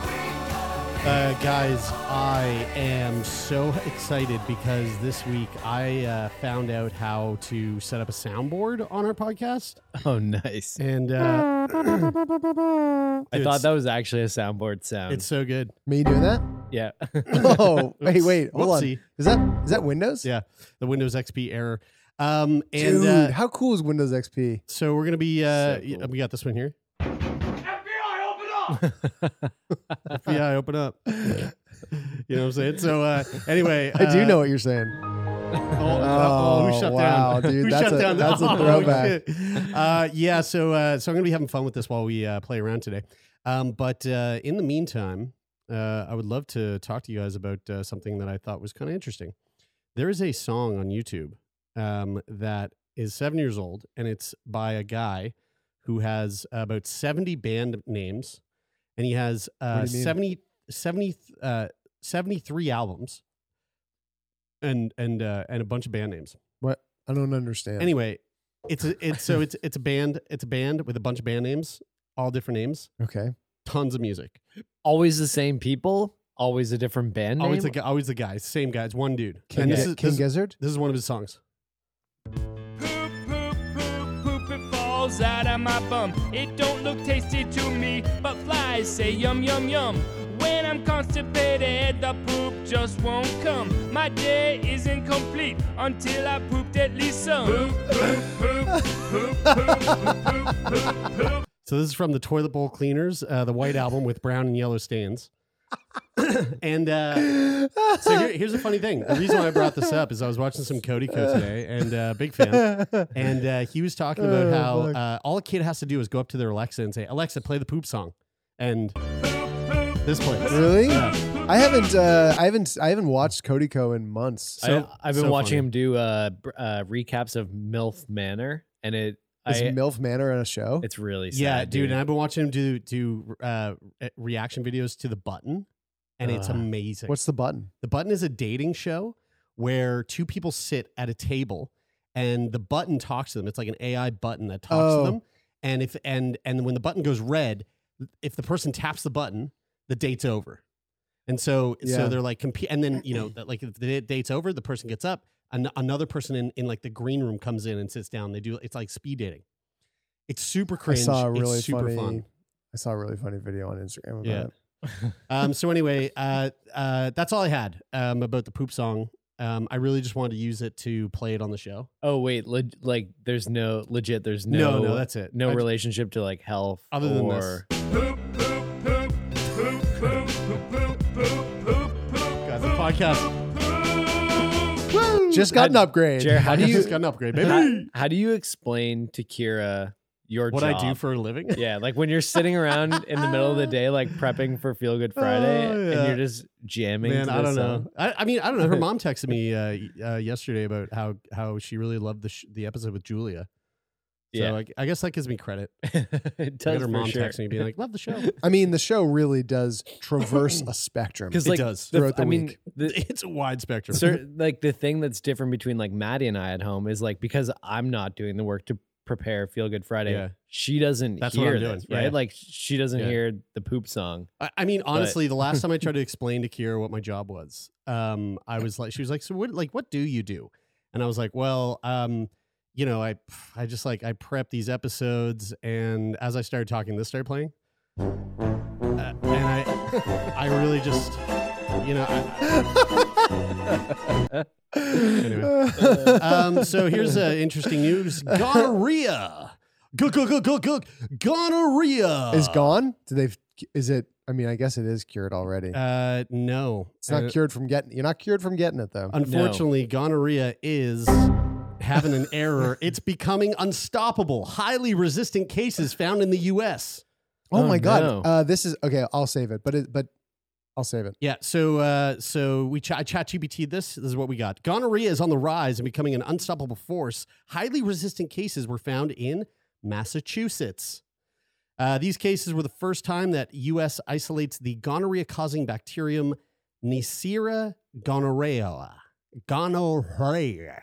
Uh, guys, I am so excited because this week I uh, found out how to set up a soundboard on our podcast, Oh, nice. and uh, I Dude, thought it's- that was actually a soundboard sound. it's so good. Me doing that? yeah. Oh, wait, Oops. wait, hold Whoopsie. on. Is that is that Windows? Yeah, the Windows XP error. Um, and Dude, uh, how cool is Windows XP? so we're gonna be. Uh, So cool. y- We got this one here. FBI, open up. you know what I'm saying? So uh, anyway, I do uh, know what you're saying. Oh, oh, who Oh, shut wow, down? dude, who that's shut a- down? that's a Oh, throwback. shit. Uh, yeah, so uh, so I'm gonna be having fun with this while we uh, play around today. Um, but uh, in the meantime, uh, I would love to talk to you guys about uh, something that I thought was kind of interesting. There is a song on YouTube um, that is seven years old, and it's by a guy who has about 70 band names, and he has uh, What do you mean? 70, 70, uh, 73 albums. And and uh, and a bunch of band names. What? I don't understand. Anyway, it's a, it's so it's it's a band. It's a band with a bunch of band names, all different names, Okay. tons of music. always the same people, always a different band name. Always the gu- always the guys, same guys, one dude. King, and Ge- this is, King this, is- Gizzard? this is one of his songs. Poop, poop, poop, poop, it falls out of my bum. It don't look tasty to me, but flies say yum, yum, yum. When I'm constipated, the poop just won't come. My day is incomplete until I pooped at least some. Poop, poop, poop, poop, poop, poop, poop, poop. So this is from the Toilet Bowl Cleaners, uh, the white album with brown and yellow stains. and uh, so here, here's a funny thing. The reason why I brought this up is I was watching some Cody Co today, and uh, big fan. And uh, he was talking about Oh, how fuck. uh, all a kid has to do is go up to their Alexa and say, "Alexa, play the poop song," and this plays. Really? I haven't uh I haven't I haven't watched Codico in months. so- I, have been so funny. watching him do uh, br- uh, recaps of MILF Manor, and it Is I, MILF Manor on a show? it's really sad, Yeah, dude, and I've been watching him do do uh, re- reaction videos to the button, and it's Ugh. amazing. What's the button? the button? Is a dating show where two people sit at a table, and the button talks to them. It's like an AI button that talks Oh. to them, and if and and when the button goes red, if the person taps the button, the date's over. And so Yeah. so they're like compete, and then you know that like if the date's over, the person gets up, an- another person in in like the green room comes in and sits down. They do it's like speed dating. It's super cringe. I saw a really it's super funny fun. I saw a really funny video on Instagram about Yeah. it. Um, so anyway, uh, uh, that's all I had um, about the poop song. Um, I really just wanted to use it to play it on the show. oh wait, leg- like there's no legit. There's No, no, no, that's it. No I- relationship to like health Other than this. or Poop, poop, poop, poop, poop, poop, poop, poop, poop, poop. Guys, the podcast Just got an upgrade. Jer, how do you just got an upgrade, how, baby. how do you explain to Kira your what job? I do for a living? Yeah, like when you're sitting around in the middle of the day, like prepping for Feel Good Friday, Oh, yeah. and you're just jamming. Man, to I don't this know. song. I, I mean, I don't know. Her mom texted me uh, y- uh, yesterday about how how she really loved the sh- the episode with Julia. So Yeah. I, I guess that gives me credit. it I does got her for mom sure. texting me being like, "Love the show." I mean, the show really does traverse a spectrum. because It like does. the- Throughout the I mean, week. the, it's a wide spectrum. cer- like the thing that's different between like Maddie and I at home is like because I'm not doing the work to prepare Feel Good Friday. Yeah. She doesn't That's what hear I'm doing. this, Yeah, right? yeah. Like she doesn't Yeah. hear the poop song. I, I mean, honestly, the last time I tried to explain to Kira what my job was, um, I was like, she was like, so what, like, what do you do? And I was like, well, um, you know, I, I just like, I prep these episodes. And as I started talking, this started playing. Uh, and I, I really just, you know. I, anyway. Um, so here's uh, interesting news: gonorrhea. Go, go, go, go, go. Gonorrhea is gone. Do they? Is it? I mean, I guess it is cured already. Uh, no, it's not Uh, cured from getting. You're not cured from getting it though. Unfortunately, gonorrhea is having an error. It's becoming unstoppable. Highly resistant cases found in the U.S. oh, Oh, my god. no. Uh, this is okay. I'll save it, but it, but I'll save it. Yeah, so uh, so we ch- I chat GPT this. This is what we got. Gonorrhea is on the rise and becoming an unstoppable force. Highly resistant cases were found in Massachusetts. Uh, these cases were the first time that U.S. isolates the gonorrhea-causing bacterium Neisseria gonorrhea. Gonorrhea.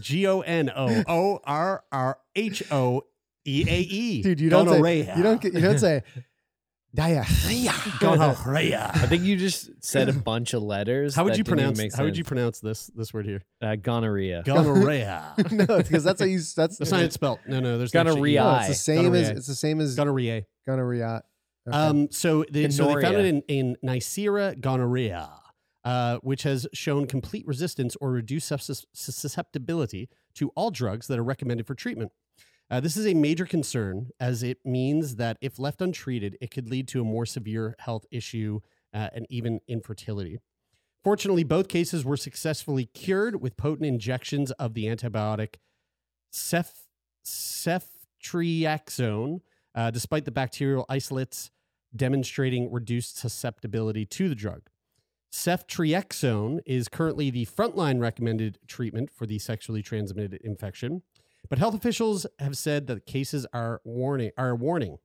G O N O O R R H O E A E. Dude, you don't say, Gonorrhea. you don't get- you don't say diarrhea. gonorrhea. I think you just said a bunch of letters. How would that you didn't even pronounce? make How would you sense. pronounce this this word here? uh, gonorrhea? Gonorrhea. no, because that's how you. That's, That's not it spelled. No, no. There's an extra E. Gonorrhea. No, it's the same as Gonorrhea. it's the Gonorrhea. same as gonorrhea. Okay. Um. So they, so they found Gonorrhea. it in in Neisseria gonorrhea, uh, which has shown complete resistance or reduced sus- sus- susceptibility to all drugs that are recommended for treatment. Uh, this is a major concern as it means that if left untreated, it could lead to a more severe health issue uh, and even infertility. Fortunately, both cases were successfully cured with potent injections of the antibiotic cef- ceftriaxone, uh, despite the bacterial isolates demonstrating reduced susceptibility to the drug. Ceftriaxone is currently the frontline recommended treatment for the sexually transmitted infection, but health officials have said that cases are warning are a warning.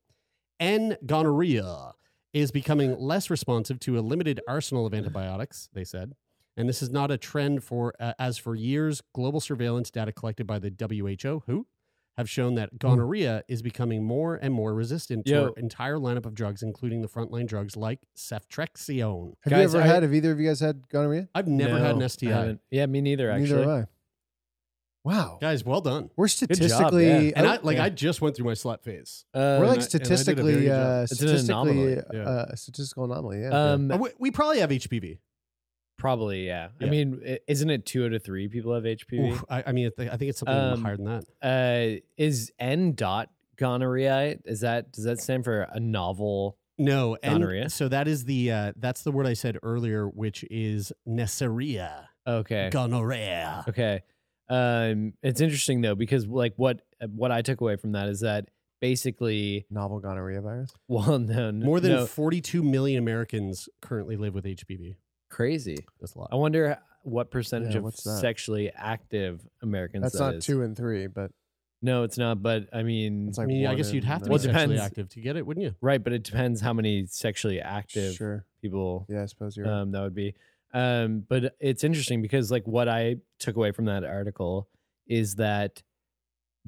N gonorrhea is becoming less responsive to a limited arsenal of antibiotics, they said. And this is not a trend for uh, as for years global surveillance data collected by the WHO who have shown that gonorrhea is becoming more and more resistant to Hmm. Yo. our entire lineup of drugs including the frontline drugs like ceftriaxone. have guys, you ever I- had? Have either of you guys had gonorrhea? I've never had No, an I STI. haven't. Yeah, me neither. Neither Actually, have I. Wow, Guys, well done. we're statistically Oh, yeah. And I out like there. I just went through my slut phase. Uh, we're and I- like and I did a very statistically good uh, job. It's an anomaly, statistically yeah. uh, a statistical anomaly. Yeah. um, Uh, we, we probably have HPV. probably yeah. I Yeah. mean, i- isn't it two out of three people have HPV? Oof, I, I mean, I thi- I think it's something Um, higher than that. Uh, is N dot gonorrhea? Is that does that stand for a novel? No, and gonorrhea? so that is the uh, that's the word I said earlier, which is Neisseria Okay, gonorrhea. okay. Um, it's interesting though because like what what I took away from that is that basically, novel gonorrhea virus. well, no, n- More than no, 42 million Americans currently live with HPV. crazy. That's a lot. I wonder what percentage Yeah, of what's that? sexually active Americans That's that not is. two and three, but No, it's not. But I mean, it's I like mean, I one guess you'd and have to Well, be it another. sexually depends. active to get it, wouldn't you? right, but it depends how many sexually active Sure. people Yeah, I suppose you're. um, that would be. Um, but it's interesting because like what I took away from that article is that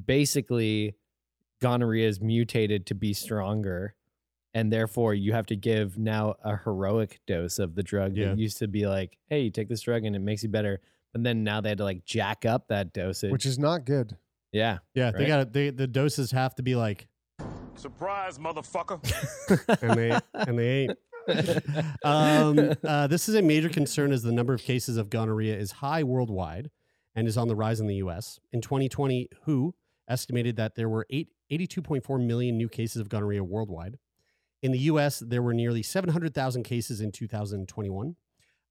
basically gonorrhea is mutated to be stronger, and therefore you have to give now a heroic dose of the drug Yeah. that used to be like, hey, you take this drug and it makes you better. But then now they had to like jack up that dosage. which is not good. yeah. Yeah, they Right. got they the doses have to be like, Surprise, motherfucker. and they and they ain't. um, uh, this is a major concern as the number of cases of gonorrhea is high worldwide and is on the rise in the US. In 2020, WHO estimated that there were eight, 82.4 million new cases of gonorrhea worldwide. In the US, there were nearly 700,000 cases in 2021,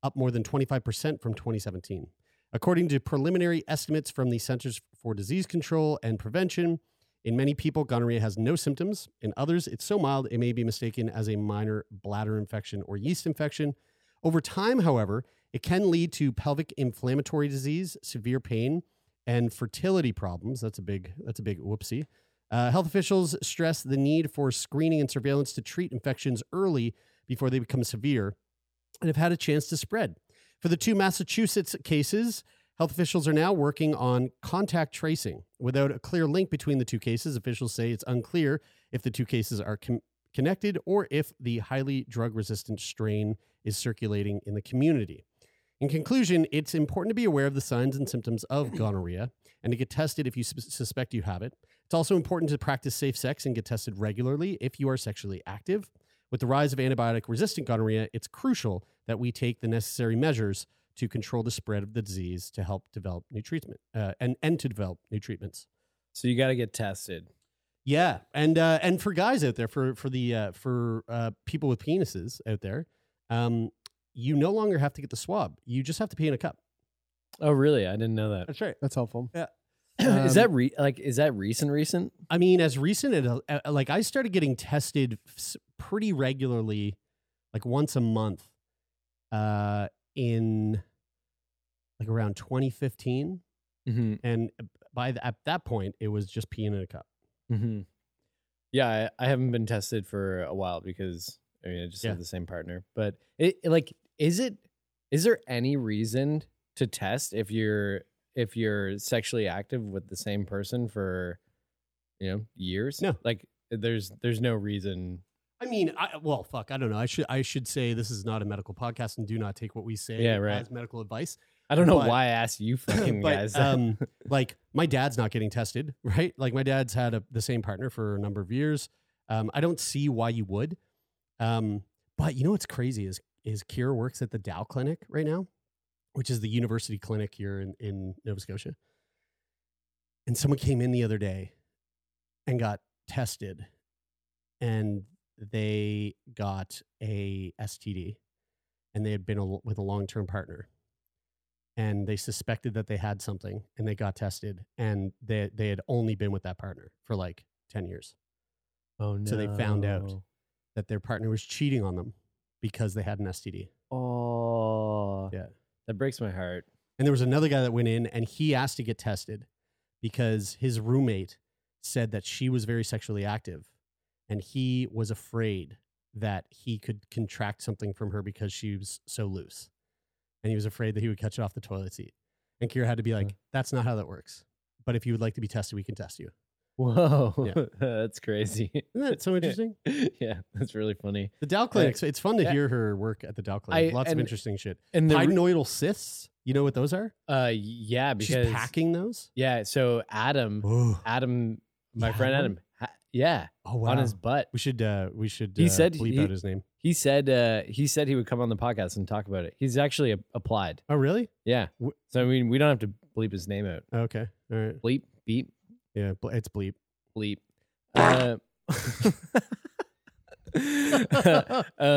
up more than 25% from 2017. According to preliminary estimates from the Centers for Disease Control and Prevention, in many people, gonorrhea has no symptoms. In others, it's so mild it may be mistaken as a minor bladder infection or yeast infection. Over time, however, it can lead to pelvic inflammatory disease, severe pain, and fertility problems. That's a big that's a big whoopsie. Uh, health officials stress the need for screening and surveillance to treat infections early before they become severe and have had a chance to spread. For the two Massachusetts cases, Health officials are now working on contact tracing. Without a clear link between the two cases, officials say it's unclear if the two cases are com- connected or if the highly drug resistant strain is circulating in the community. In conclusion, it's important to be aware of the signs and symptoms of gonorrhea and to get tested if you sus- suspect you have it. It's also important to practice safe sex and get tested regularly if you are sexually active. With the rise of antibiotic resistant gonorrhea, it's crucial that we take the necessary measures to control the spread of the disease to help develop new treatment uh, and, and to develop new treatments. So you got to get tested. Yeah, and uh, and for guys out there, for for the uh, for uh, people with penises out there, um, you no longer have to get the swab. You just have to pee in a cup. Oh, really? I didn't know that. That's right. That's helpful. is Um, that re- like is that recent? Recent? I mean, as recent as uh, like I started getting tested s- pretty regularly, like once a month, uh, in like around 2015, Mm-hmm. and uh, by the, at that point, it was just peeing in a cup. Mm-hmm. Yeah, I, I haven't been tested for a while because I mean I just Yeah. have the same partner. But it it, like is it is there any reason to test if you're if you're sexually active with the same person for you know years? No. like there's there's no reason. I mean, I, well, fuck, I don't know. I should I should say this is not a medical podcast, and do not take what we say Yeah, right. as medical advice. I don't know But- why I asked you fucking but, guys. um, like my dad's not getting tested, right? Like my dad's had a, the same partner for a number of years. Um, I don't see why you would. Um, but you know what's crazy is is Kira works at the Dow Clinic right now, which is the university clinic here in, in Nova Scotia. And someone came in the other day and got tested, and they got a STD, and they had been a, with a long term partner and they suspected that they had something and they got tested and they they had only been with that partner for like 10 years oh so they found out. that their partner was cheating on them because they had an STD Oh Yeah. that breaks my heart. and there was another guy that went in and he asked to get tested because his roommate said that she was very sexually active and he was afraid that he could contract something from her because she was so loose and he was afraid that he would catch it off the toilet seat and Kira had to be like that's not how that works but if you would like to be tested we can test you Whoa, Yeah. Oh, that's crazy. isn't that so interesting yeah, that's really funny. The Dow Clinic. it's- it's fun to yeah. hear her work at the Dow Clinic. I- Lots of and- interesting shit. And the re- Pyrenoidal cysts. You know what those are? uh yeah because She's packing those. yeah so Adam Oh, Adam my Yeah, friend Adam Adam? ha- yeah oh wow. on his butt we should. Uh, we should. He uh, said bleep he- out his name. he said uh he said he would come on the podcast and talk about it he's actually a- applied Oh really? yeah Wh- so I mean we don't have to bleep his name out Okay. All right. bleep beep Yeah. ble- It's bleep. bleep uh, um, uh, but Uh,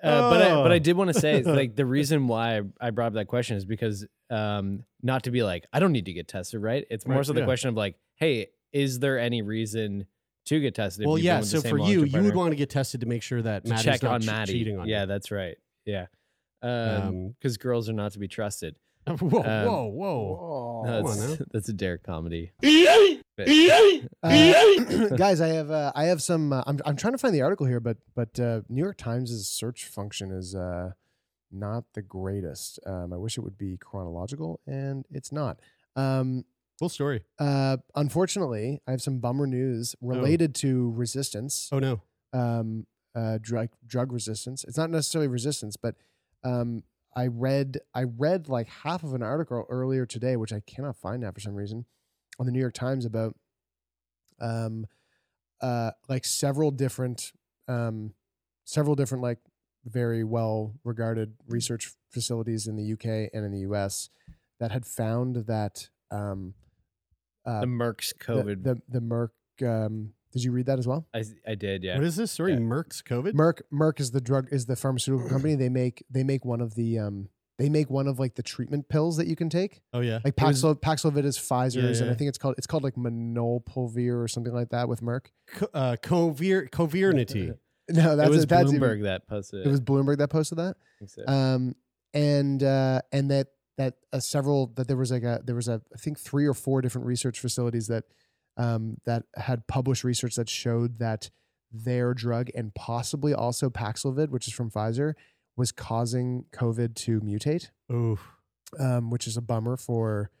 I, but I Oh. did want to say like the reason why I- I brought up that question is because um, not to be like I don't need to get tested, right? It's more Right, so the yeah. question of like, hey, is there any reason to get tested? if Well, you've been yeah. with the So same for you, long-term you would partner? want to get tested to make sure that to Maddie's check not on che- Maddie. cheating on yeah, you. that's right. Yeah, because Um, girls are not to be trusted. whoa, um, whoa, whoa. No, come on that's, now. that's a Derek comedy. But- Uh, guys, I have uh, I have some. Uh, I'm I'm trying to find the article here, but but uh, New York Times' search function is uh, not the greatest. Um, I wish it would be chronological, and it's not. Um, Cool story. uh, unfortunately, I have some bummer news Oh. related to resistance, Oh no. um, uh, drug drug resistance. It's not necessarily resistance, but um, I read I read like half of an article earlier today, which I cannot find now for some reason, on the New York Times about um, uh, like several different um, several different like very well regarded research facilities in the UK and in the US that had found that um, uh, the Merck's COVID. the the, the Merck. Um, did you read that as well? I I did. Yeah. What is this? Sorry, Yeah. Merck's COVID. Merck Merck is the drug is the pharmaceutical company. They make they make one of the um they make one of like the treatment pills that you can take. oh yeah. Like It was- Paxlo, Paxlovid is Pfizer's, and I yeah. think it's called it's called like Manopulvir or something like that with Merck. co- uh, covir covernity. No, that's it was that's even- Oh, Bloomberg that posted. it was Bloomberg that posted that. I think so. um, and uh, and that that uh, several that there was like a there was a I think three or four different research facilities that um, that had published research that showed that their drug and possibly also Paxlovid, which is from Pfizer, was causing COVID to mutate, Oof. um, which is a bummer for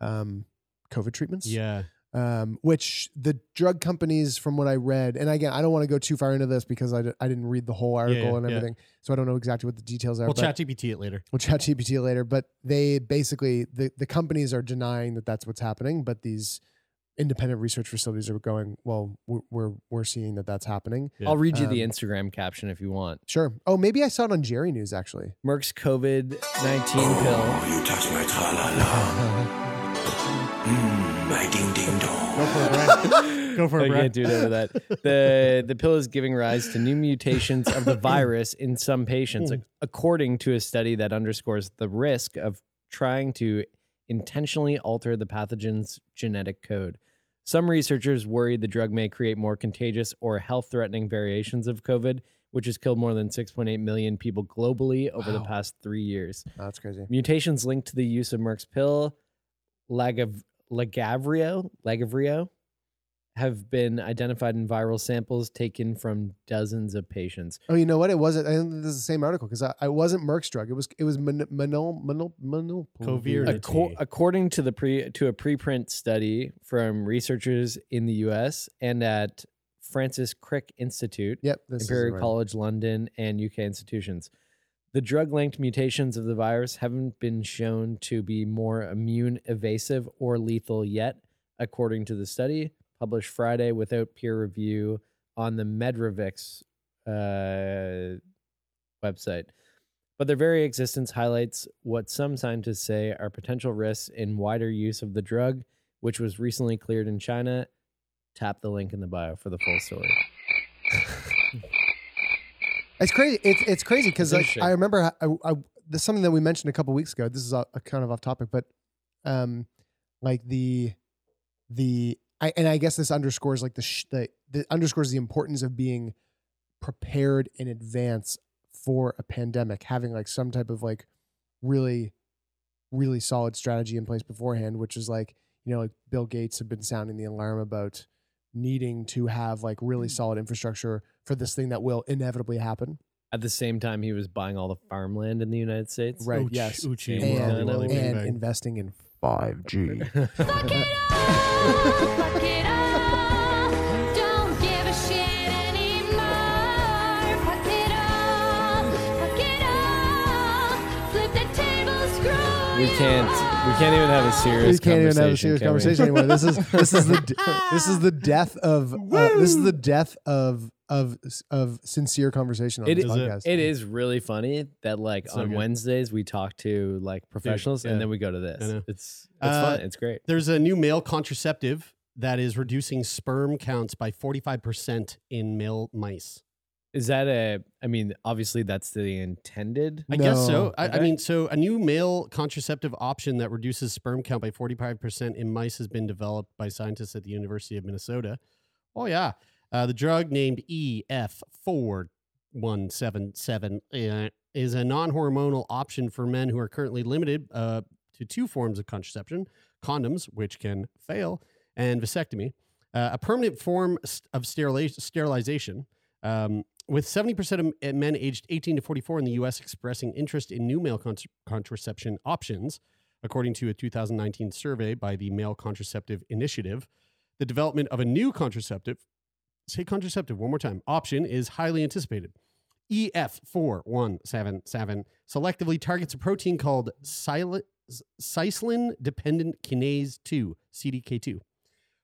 um, COVID treatments Yeah. um, which the drug companies, from what I read, and again, I don't want to go too far into this because I, d- I didn't read the whole article yeah, and yeah. everything, so I don't know exactly what the details are. Well, but chat GPT it later. we'll chat GPT later. But they basically the the companies are denying that that's what's happening, but these independent research facilities are going, well, we're we're, we're seeing that that's happening. Yeah. I'll read you the Um, Instagram caption if you want. Sure. Oh, maybe I saw it on Jerry News actually. Merck's COVID 19 pill. you touch my tra-la-la. my ding-ding-dong. Go for it, Brad. Go for I it, Oh, Brad. can't do it over that. The the pill is giving rise to new mutations of the virus in some patients, ac- according to a study that underscores the risk of trying to intentionally alter the pathogen's genetic code. Some researchers worry the drug may create more contagious or health-threatening variations of COVID, which has killed more than 6.8 million people globally over the Wow. past 3 years. Oh, that's crazy. Mutations linked to the use of Merck's pill, Lagav- Lagavrio, Lagavrio, have been identified in viral samples taken from dozens of patients. Oh, you know what? It wasn't. I think this is the same article because I, I wasn't Merck's drug. It was it was Manol Manol Manol Covirity. Acco- according to the pre to a preprint study from researchers in the U.S. and at Francis Crick Institute, Yep, this is Imperial right. College London, and UK institutions. The drug linked mutations of the virus haven't been shown to be more immune evasive or lethal yet, according to the study published Friday without peer review on the Medrivix uh, website. But their very existence highlights what some scientists say are potential risks in wider use of the drug, which was recently cleared in China. Tap the link in the bio for the full story. It's crazy. It's it's crazy because It's like, interesting. I remember I, I, this is something that we mentioned a couple weeks ago. This is uh, a, a kind of off topic, but um, like the the I and I guess this underscores like the sh- the, the underscores the importance of being prepared in advance for a pandemic, having like some type of like really really solid strategy in place beforehand, which is like you know like Bill Gates had been sounding the alarm about needing to have like really Mm. solid infrastructure for this thing that will inevitably happen. At the same time, he was buying all the farmland in the United States. Right. Ouch, yes. ouchie. And- Whoa, whoa, and- bang, and bang. investing in 5G. Fuck it all, fuck it all. Don't give a shit anymore. Fuck it all, fuck it all. Flip the table, screw We you can't. We can't even have a all. serious. we can't even have a serious can we? conversation anymore. This is this is the de- this is the death of uh, this is the death of of of sincere conversation on It this is- podcast. It is really funny that like It's so on good. Wednesdays we talk to like professionals yeah. and then we go to I know. this. It's it's Uh, fun. It's great. There's a new male contraceptive that is reducing sperm counts by 45% in male mice. Is that a? I mean, obviously that's the intended. I guess so. No. I, I Okay. mean, so a new male contraceptive option that reduces sperm count by 45% in mice has been developed by scientists at the University of Minnesota. Oh, yeah. Uh, the drug named E EF4177 uh, is a non hormonal option for men who are currently limited uh, to two forms of contraception condoms, which can fail, and vasectomy, uh, a permanent form st- of sterila- sterilization. Um, with 70% of m- men aged 18 to 44 in the US expressing interest in new male con- contraception options, according to a 2019 survey by the Male Contraceptive Initiative, the development of a new contraceptive, say contraceptive one more time, option is highly anticipated. E EF4177 selectively targets a protein called cyclin dependent kinase 2, CDK2,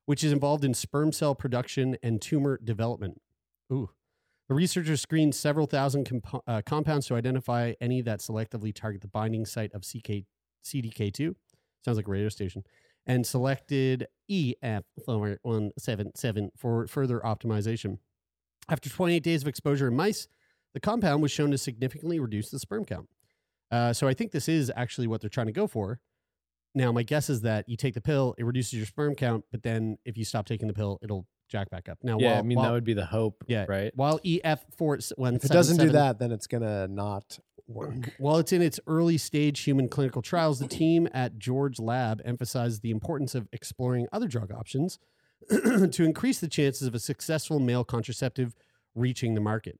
which is involved in sperm cell production and tumor development. Ooh. The researchers screened several thousand compo- uh, compounds to identify any that selectively target the binding site of CK- CDK2. Sounds like a radio station. And selected E EF4177 for further optimization. After 28 days of exposure in mice, the compound was shown to significantly reduce the sperm count. Uh, so I think this is actually what they're trying to go for. Now, my guess is that you take the pill, it reduces your sperm count, but then if you stop taking the pill, it'll jack back up. Now, yeah, while, I mean while, that would be the hope. yeah. Right. while EF four one If it doesn't do that, then it's gonna not work. while it's in its early stage human clinical trials, the team at George Lab emphasized the importance of exploring other drug options to increase the chances of a successful male contraceptive reaching the market.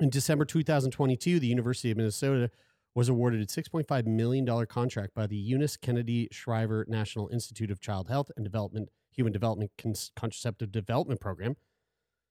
In December 2022, the University of Minnesota was awarded a $6.5 million contract by the Eunice Kennedy Shriver National Institute of Child Health and Development Human Development Cons- Contraceptive Development Program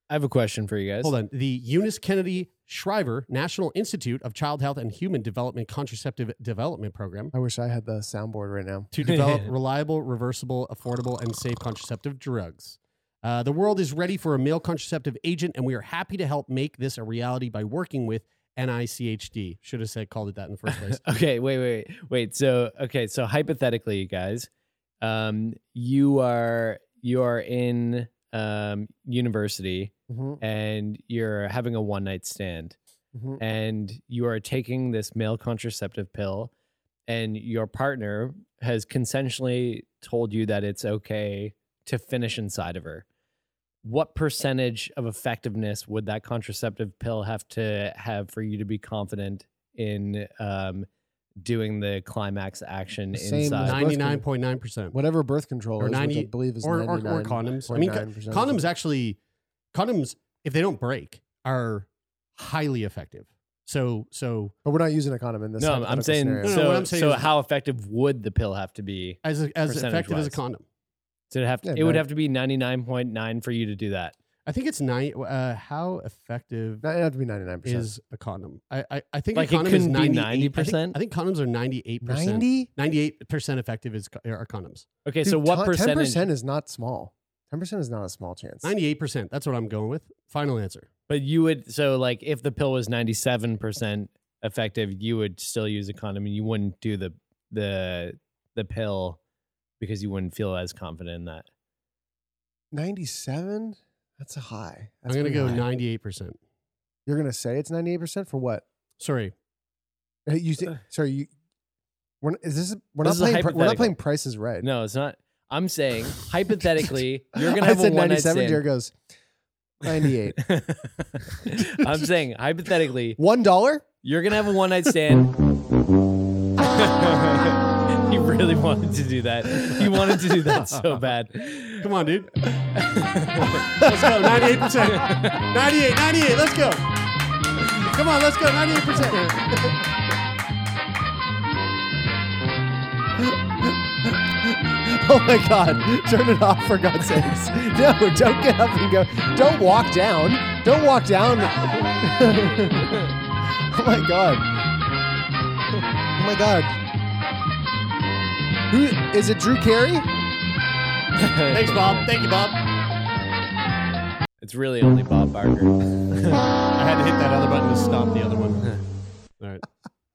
I have a question for you guys. Hold on. The Eunice Kennedy Shriver National Institute of Child Health and Human Development Contraceptive Development Program I wish I had the soundboard right now. to develop reliable, reversible, affordable, and safe contraceptive drugs. Uh, the world is ready for a male contraceptive agent, and we are happy to help make this a reality by working with NICHD. Should have said called it that in the first place. okay, wait, wait, wait. So, okay, so hypothetically, you guys, um, you are you are in um university Mhm, and you're having a one night stand, mhm. and you are taking this male contraceptive pill, and your partner has consensually told you that it's okay to finish inside of her. What percentage of effectiveness would that contraceptive pill have to have for you to be confident in um, doing the climax action The same inside? as birth con- 99.9%. Whatever birth control Or is, 90 which I believe is or, or, or 99. condoms. I mean, co- 0.9%. condoms actually, condoms, if they don't break, are highly effective. So, so But we're not using a condom in this. no, I'm hypothetical saying scenario. No, so. no, what I'm saying so is- how effective would the pill have to be? as, as effective as a Percentage-wise. condom. Did it have to, Yeah, it would nine- have to be 99.9 for you to do that. I think it's nine. Uh, how effective No, it'd have to be 99%. is a condom? I, I, I think Like, a it condom is couldn't be 98 90%? I think, I think condoms are 98%. 90? 98% effective is co- are condoms. Okay, Dude, so ten- what percentage? 10% is not small. 10% is not a small chance. 98%. That's what I'm going with. Final answer. But you would so like if the pill was 97% effective, you would still use a condom and you wouldn't do the the the pill because you wouldn't feel as confident in that. 97? That's a high. That's I'm going to pretty go high. 98%. You're going to say it's 98% for what? Sorry. Uh, You thi- sorry, you we're, n- is this we're This not is a playing pri- we're not hypothetical. playing prices right. No, it's not. I'm saying hypothetically, you're going I to have a said one night 97 Jared stand. goes 98. I'm saying hypothetically, One dollar? you're going to have a one night stand. he really wanted to do that. He wanted to do that so bad. Come on, dude. let's go. 98%. 98, 98. Let's go. Come on, let's go. 98%. Oh my god. Turn it off for God's sakes. No, don't get up and go. Don't walk down. Don't walk down. oh my god. Oh my god. Who is it Drew Carey? Thanks, Bob. Thank you, Bob. It's really only Bob Barker. I had to hit that other button to stop the other one. All right.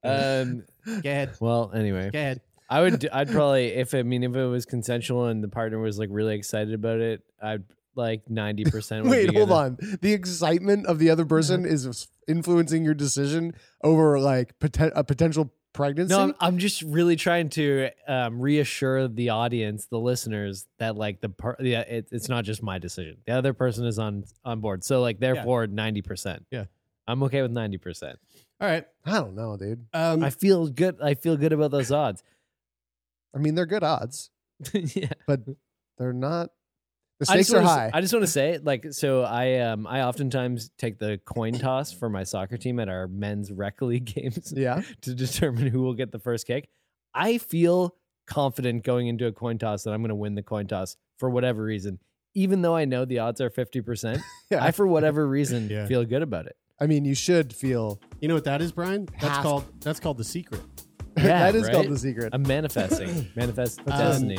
Um, Go ahead. well, anyway, Go ahead. I would, I'd probably, if I mean, if it was consensual and the partner was like really excited about it, I'd like ninety percent. Wait, hold on. The excitement of the other person is influencing your decision over like poten- a potential pregnancy. No, I'm, I'm just really trying to um, reassure the audience, the listeners, that like the par- yeah, it, it's not just my decision. The other person is on on board. So like, therefore, ninety percent. Yeah. I'm okay with ninety percent. All right. I don't know, dude. Um, I feel good. I feel good about those odds. I mean, they're good odds, yeah. but they're not. The I just stakes are wanna s- high. I just want to say, like, so I um I oftentimes take the coin toss for my soccer team at our men's rec league games yeah, to determine who will get the first kick. I feel confident going into a coin toss that I'm going to win the coin toss for whatever reason, even though I know the odds are fifty percent. Yeah. I, for whatever reason, Yeah. feel good about it. I mean, you should feel you know what that is, Brian? That's Half. called that's called the secret. Yeah, that is called right? the secret. I'm manifesting, manifest Um, destiny.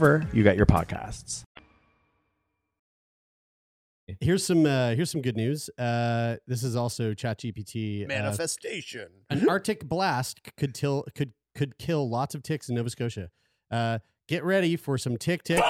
you get your podcasts. Here's some uh, here's some good news. Uh, this is also ChatGPT. Uh, Manifestation. an Arctic blast c- could till could could kill lots of ticks in Nova Scotia. Uh, get ready for some tick tick.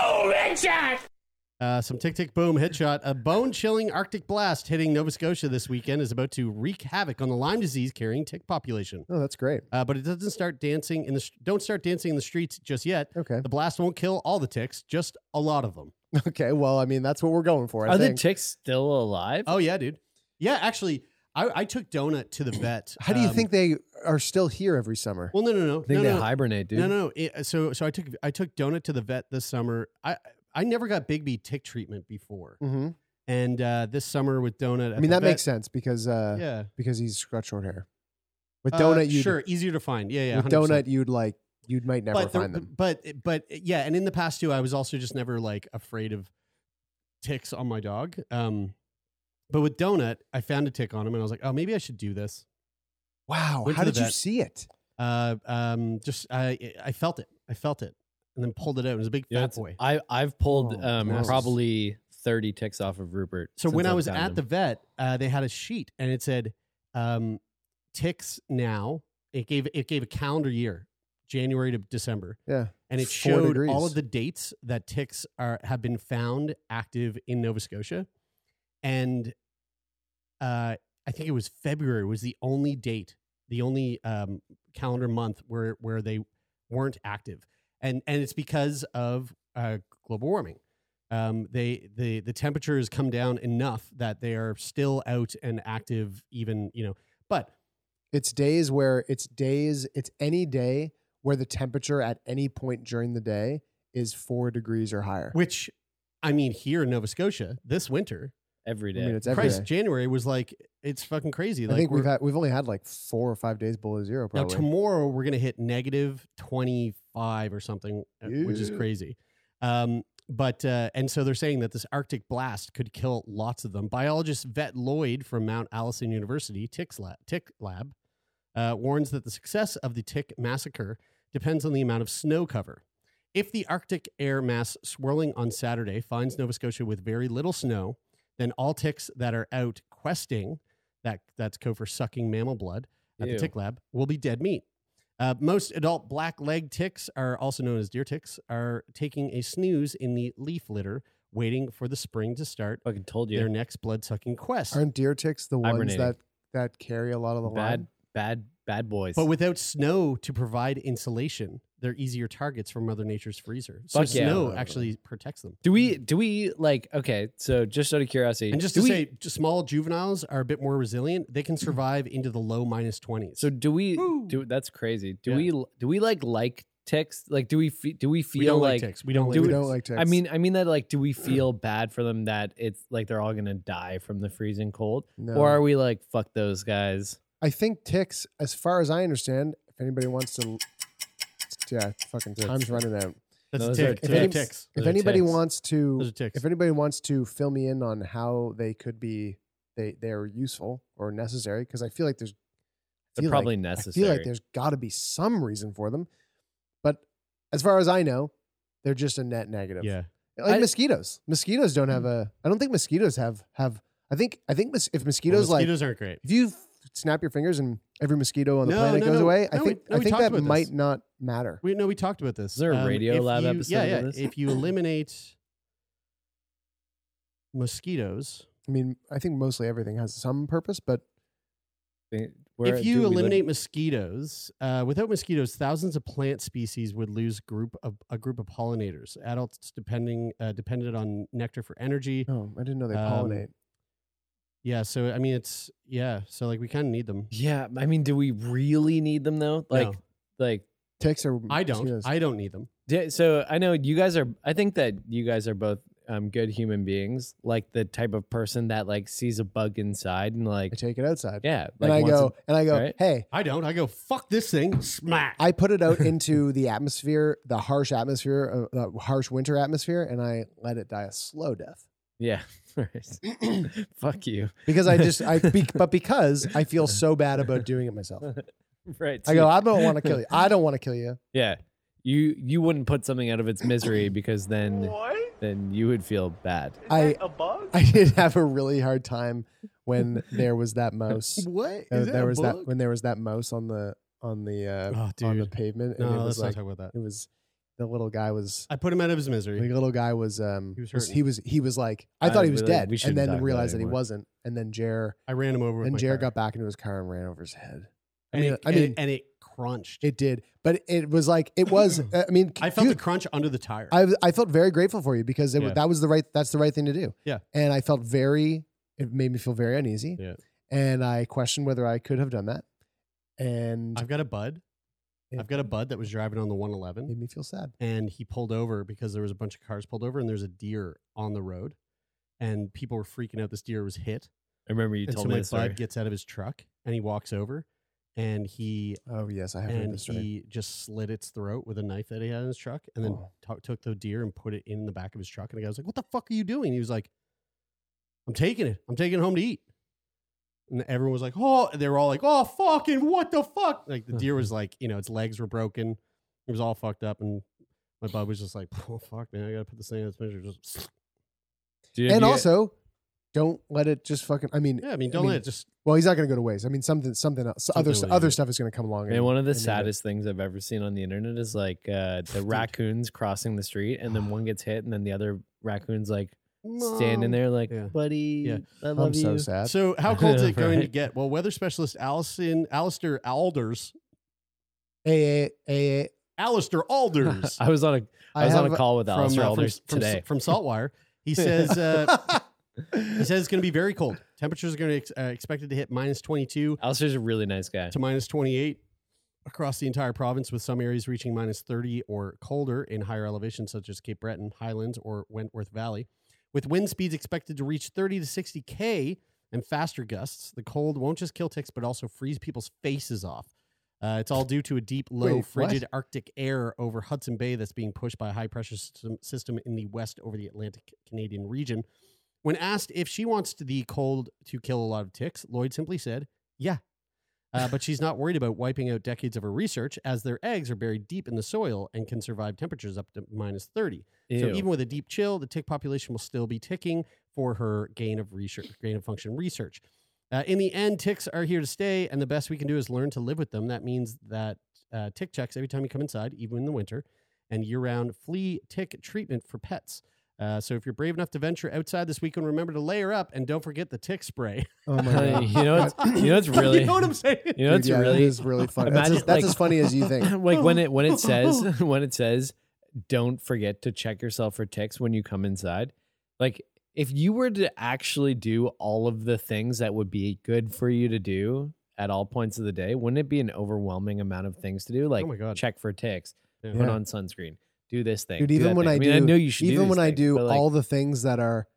Uh, some tick tick boom headshot. A bone chilling Arctic blast hitting Nova Scotia this weekend is about to wreak havoc on the Lyme disease carrying tick population. Oh, that's great. Uh, but it doesn't start dancing in the st- don't start dancing in the streets just yet. Okay. The blast won't kill all the ticks, just a lot of them. Okay, well, I mean, that's what we're going for. I Are the think. ticks still alive? Oh yeah, dude. Yeah, actually, I, I took Donut to the vet. How do you um, think they are still here every summer? Well, no, no, no. I think no, they no. hibernate, dude. No, no. no. It- so, so I took I took Donut to the vet this summer. I I never got Bigby tick treatment before, Mm-hmm. and uh, this summer with Donut, at I mean, the that vet- makes sense because uh, Yeah. because he's got short hair. With Uh, donut, you sure, easier to find. Yeah, yeah, With 100%. donut, you'd like you might never but the- find them. But but yeah, and in the past too, I was also just never like afraid of ticks on my dog. Um, but with Donut, I found a tick on him, and I was like, oh, maybe I should do this. Wow, Went how to the did you vet. see it? Uh, um, just I I felt it. I felt it, and then pulled it out. It was a big Yeah, fat it's- boy. I I've pulled Oh, um, Jesus. probably thirty ticks off of Rupert. So when since I I've was gotten at him. the vet, uh, they had a sheet and it said um, ticks now. It gave it gave a calendar year, January to December. Yeah. and it Four showed degrees. all of the dates that ticks are have been found active in Nova Scotia, and uh, I think it was February was the only date, the only um, calendar month where where they weren't active, and and it's because of uh, global warming. Um, they the the temperature has come down enough that they are still out and active, even you know. But It's days where it's days. It's any day where the temperature at any point during the day is four degrees or higher. which, I mean, here in Nova Scotia this winter, every I mean, it's every Christ, day. January was like it's fucking crazy. Like I think we've we're- had we've only had like four or five days below zero. now Probably. tomorrow we're gonna hit negative twenty five or something, uh, which is Ew. crazy. Um, but uh, and so they're saying that this Arctic blast could kill lots of them. Biologist Vet Lloyd from Mount Allison University Tick Lab, Tick Lab uh, warns that the success of the tick massacre depends on the amount of snow cover. If the Arctic air mass swirling on Saturday finds Nova Scotia with very little snow, then all ticks that are out questing, that, that's code for sucking mammal blood at Ew. the tick lab, will be dead meat. Uh, most adult black leg ticks, are also known as deer ticks, are taking a snooze in the leaf litter, waiting for the spring to start. Fucking told you. their next blood sucking quest. Aren't deer ticks the ones Hibernating. that that carry a lot of the bad Lyme? bad bad boys. But without snow to provide insulation, they're easier targets for Mother Nature's freezer. So Fuck yeah. snow actually protects them. do we do we like okay? So just out of curiosity, And just do to we, say, j- small juveniles are a bit more resilient. They can survive into the low minus 20s. so do we do that's crazy. Do Yeah. we do we like like ticks? Like do we fe- do we feel don't like like ticks. We don't like do ticks. We don't like I ticks. mean I mean that like do we feel bad for them that it's like they're all gonna die from the freezing cold, No. or are we like fuck those guys? I think ticks, as far as I understand, if anybody wants to, yeah, fucking time's running out. That's Those a are tick. Those any- are ticks. if Those are anybody ticks. wants Those are to, ticks. if anybody wants to fill me in on how they could be, they they are useful or necessary because I feel like there's, I They're feel like- probably I feel like necessary. there's got to be some reason for them, but as far as I know, they're just a net negative. Yeah. like I- mosquitoes. Mosquitoes don't have a. I don't think mosquitoes have have. I think I think mos- if mosquitoes like mosquitoes aren't great. If you f- snap your fingers and every mosquito on the No, planet no, goes no. away, I No, we- think no, I we think talked that about might this. not matter. We, no, we talked about this. Is there a Radio Lab you, episode Yeah, of yeah. this? If you eliminate mosquitoes, I mean, I think mostly everything has some purpose, but Where if do you we live? eliminate mosquitoes, uh, without mosquitoes, thousands of plant species would lose group of a group of pollinators. Adults depending uh, dependent on nectar for energy. oh, I didn't know they Um, pollinate. Yeah, so I mean, it's yeah, so like we kind of need them. Yeah, I mean, do we really need them though? Like No. like Ticks are. I don't. mosquitoes. I don't need them. Yeah, so I know you guys are. I think that you guys are both um, good human beings, like the type of person that like sees a bug inside and like I take it outside. yeah. And like, I wants go to- and I go, right? hey, I don't. I go fuck this thing. Smack. I put it out into the atmosphere, the harsh atmosphere, uh, the harsh winter atmosphere, and I let it die a slow death yeah, right. fuck you, because I just I be, but because I feel so bad about doing it myself. right. I go, I don't want to kill you. I don't want to kill you. Yeah, you you wouldn't put something out of its misery because then then you would feel bad. I I did have a really hard time when there was that mouse. What? Is Uh, that there a was that bug? when there was that mouse on the on the uh, Oh, on the dude. pavement. No, it was let's not like- talk about that. It was the little guy was. I put him out of his misery. The little guy was. Um, He was was- hurting. he was. He was like. I, I thought he was was really like, dead, we and shouldn't talk then about realized that he anymore. wasn't. And then Jer. I ran him over with And my Jer car. got back into his car and ran over his head. And I mean, it- I and it- mean, and it crunched. It did, but it was like it was. I mean, I felt dude, the crunch under the tire. I I felt very grateful for you because it, Yeah. that was the right that's the right thing to do. Yeah. And I felt very it made me feel very uneasy. Yeah. And I questioned whether I could have done that. And I've got a bud. I've got a bud that was driving on the 111. Made me feel sad. And he pulled over because there was a bunch of cars pulled over and there's a deer on the road, and people were freaking out. This deer was hit. I remember you and told so me my that story. bud gets out of his truck and he walks over, and he oh yes I have heard and this story. he just slit its throat with a knife that he had in his truck, and then Oh. to- took the deer and put it in the back of his truck. And the guy was like, "What the fuck are you doing?" He was like, "I'm taking it. I'm taking it home to eat." And everyone was like, "Oh!" They were all like, "Oh, fucking what the fuck!" Like the deer was like, you know, its legs were broken. It was all fucked up, and my bud was just like, "Oh fuck, man, I gotta put this thing in its measure." Just and also don't let it just fucking I mean Yeah, I mean, don't let it just- Well, he's not going to go to waste. I mean something something else other Something st- will other eat it. stuff is going to come along. And one of the eat it. saddest things I've ever seen on the internet is like uh, the raccoons crossing the street, and then one gets hit, and then the other raccoon's like standing Mom. there, like Yeah. buddy, Yeah. I love you. So how cold is it going to Right. get? Well, weather specialist Allison Alistair Alders. A A Alistair Alders. I was on a I, I was on a have- call with from, Alistair uh, from- Alders from- today from Saltwire. He says uh, he says it's going to be very cold. Temperatures are going to ex- uh, expected to hit minus 22 Alistair's a really nice guy. to minus 28 across the entire province, with some areas reaching minus 30 or colder in higher elevations such as Cape Breton, Highlands, or Wentworth Valley. With wind speeds expected to reach 30 to 60 k and faster gusts, the cold won't just kill ticks but also freeze people's faces off. Uh, it's all due to a deep, low, Wait, what? frigid Arctic air over Hudson Bay that's being pushed by a high pressure system, system in the west over the Atlantic Canadian region. When asked if she wants to, the cold to kill a lot of ticks, Lloyd simply said, "Yeah." Uh, but she's not worried about wiping out decades of her research, as their eggs are buried deep in the soil and can survive temperatures up to minus thirty. So Ew. even with a deep chill, the tick population will still be ticking for her gain of research, gain of function research. Uh, in the end, ticks are here to stay, and the best we can do is learn to live with them. That means that uh, tick checks every time you come inside, even in the winter, and year-round flea tick treatment for pets. Uh, so if you're brave enough to venture outside this weekend, remember to layer up and don't forget the tick spray. Oh my God. you know, it's, you know, it's really. you know what I'm saying? You know, it's Dude, yeah, that really is really funny. That's as- that's as funny as you think. Oh like when it when it says when it says, don't forget to check yourself for ticks when you come inside. Like if you were to actually do all of the things that would be good for you to do at all points of the day, wouldn't it be an overwhelming amount of things to do? Like my God. check for ticks, Yeah. put Yeah. on sunscreen, do this thing. Dude, do even that when thing. I I do, mean, I know you should do even these when I things, do but, like, all the things that are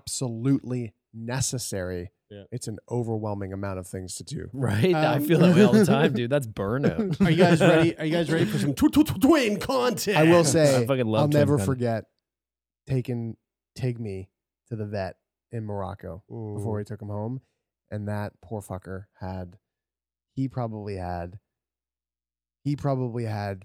absolutely necessary, Yeah. it's an overwhelming amount of things to do. Right, I Um, feel that way all the time, dude. That's burnout. Are you guys ready? Are you guys ready for some tw- tw- tw- twin content? I will say, I fucking love I'll Twin never Gun. forget taking take me to the vet in Morocco before Ooh. we took him home, and that poor fucker had he probably had he probably had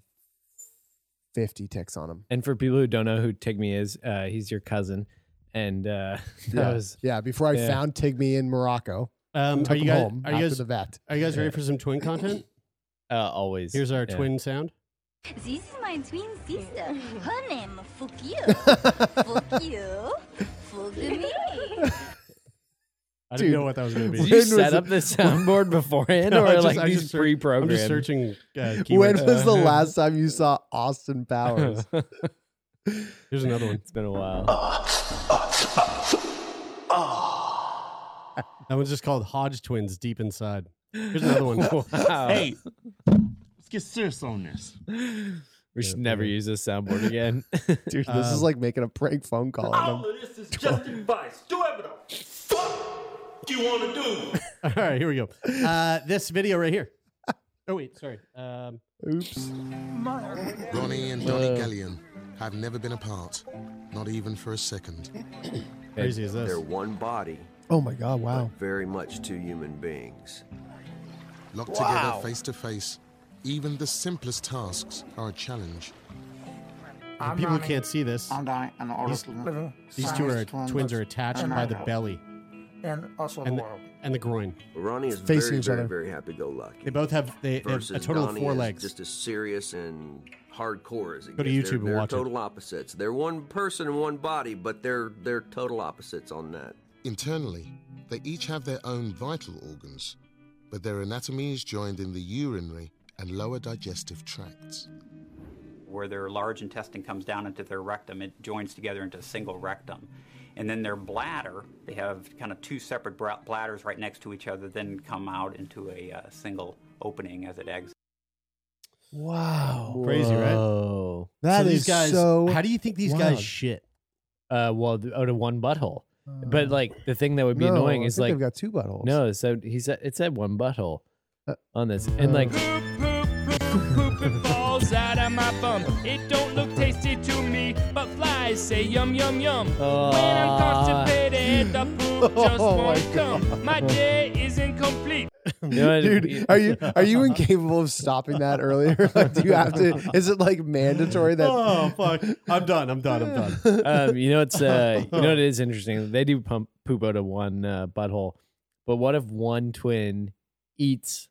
fifty ticks on him. And for people who don't know who Tigme is, uh, he's your cousin, and uh, that Yeah, was yeah. Before I yeah. found Tigme in Morocco, Um, took are you him guys? home Are you after guys? the vet. Are you guys ready for some twin content? uh, always. Here's our yeah. twin sound. This is my twin sister. Her name Fuck you. Fuck you. Fuck me. I Dude. didn't know what that was going to Did be. you When was set it- up the soundboard beforehand, No, or I just- like I these just search- pre-programmed? I'm just searching. Uh, When keywords. was the last time you saw Austin Powers? Here's another one. It's been a while. Uh, uh, That one's just called Hodge Twins Deep Inside. Here's another one. Wow. Let's get serious on this. we should never use this soundboard again. Dude, this is like making a prank phone call. All of this is just advice. Do whatever the fuck you want to do. All right, here we go. Uh, this video right here. Oh wait, sorry. Um, Oops. Ronnie and Donnie Gallion have never been apart, not even for a second. crazy is this? They're one body, Oh my god! Wow. very much two human beings. Locked Wow. together face to face, even the simplest tasks are a challenge. The people who can't see this. These, these two are twins are attached by the belly and also and the, and the groin. Ronnie is Facing very, each very, other. very happy-go-lucky. They both have they, they have Versus a total Donnie of four is legs. Just as serious and hardcore as it Go to gets. YouTube They're, and they're watch it. total opposites. They're one person and one body, but they're they're total opposites on that. Internally, they each have their own vital organs, but their anatomy is joined in the urinary and lower digestive tracts. where their large intestine comes down into their rectum, it joins together into a single rectum. And then their bladder, they have kind of two separate bra- bladders right next to each other, then come out into a uh, single opening as it exits. Wow. Crazy, right? Whoa. That So these is guys- so how do you think these guys wild. shit? Uh, well, th- out of one butthole. But like the thing that would be No, annoying I is think like they've got two buttholes. No, so he said it said one butthole Uh, on this, and like Falls out of my bum. It don't look tasty to me, but flies say yum yum yum. When I'm constipated, the poop just Oh, won't my God. come. My day is incomplete. Dude, are you are you incapable of stopping that earlier? Like, do you have to? Is it like mandatory that? Oh fuck! I'm done. I'm done. I'm done. um, you know it's uh, you know it is interesting. They do pump poop out of one uh, butthole, but what if one twin eats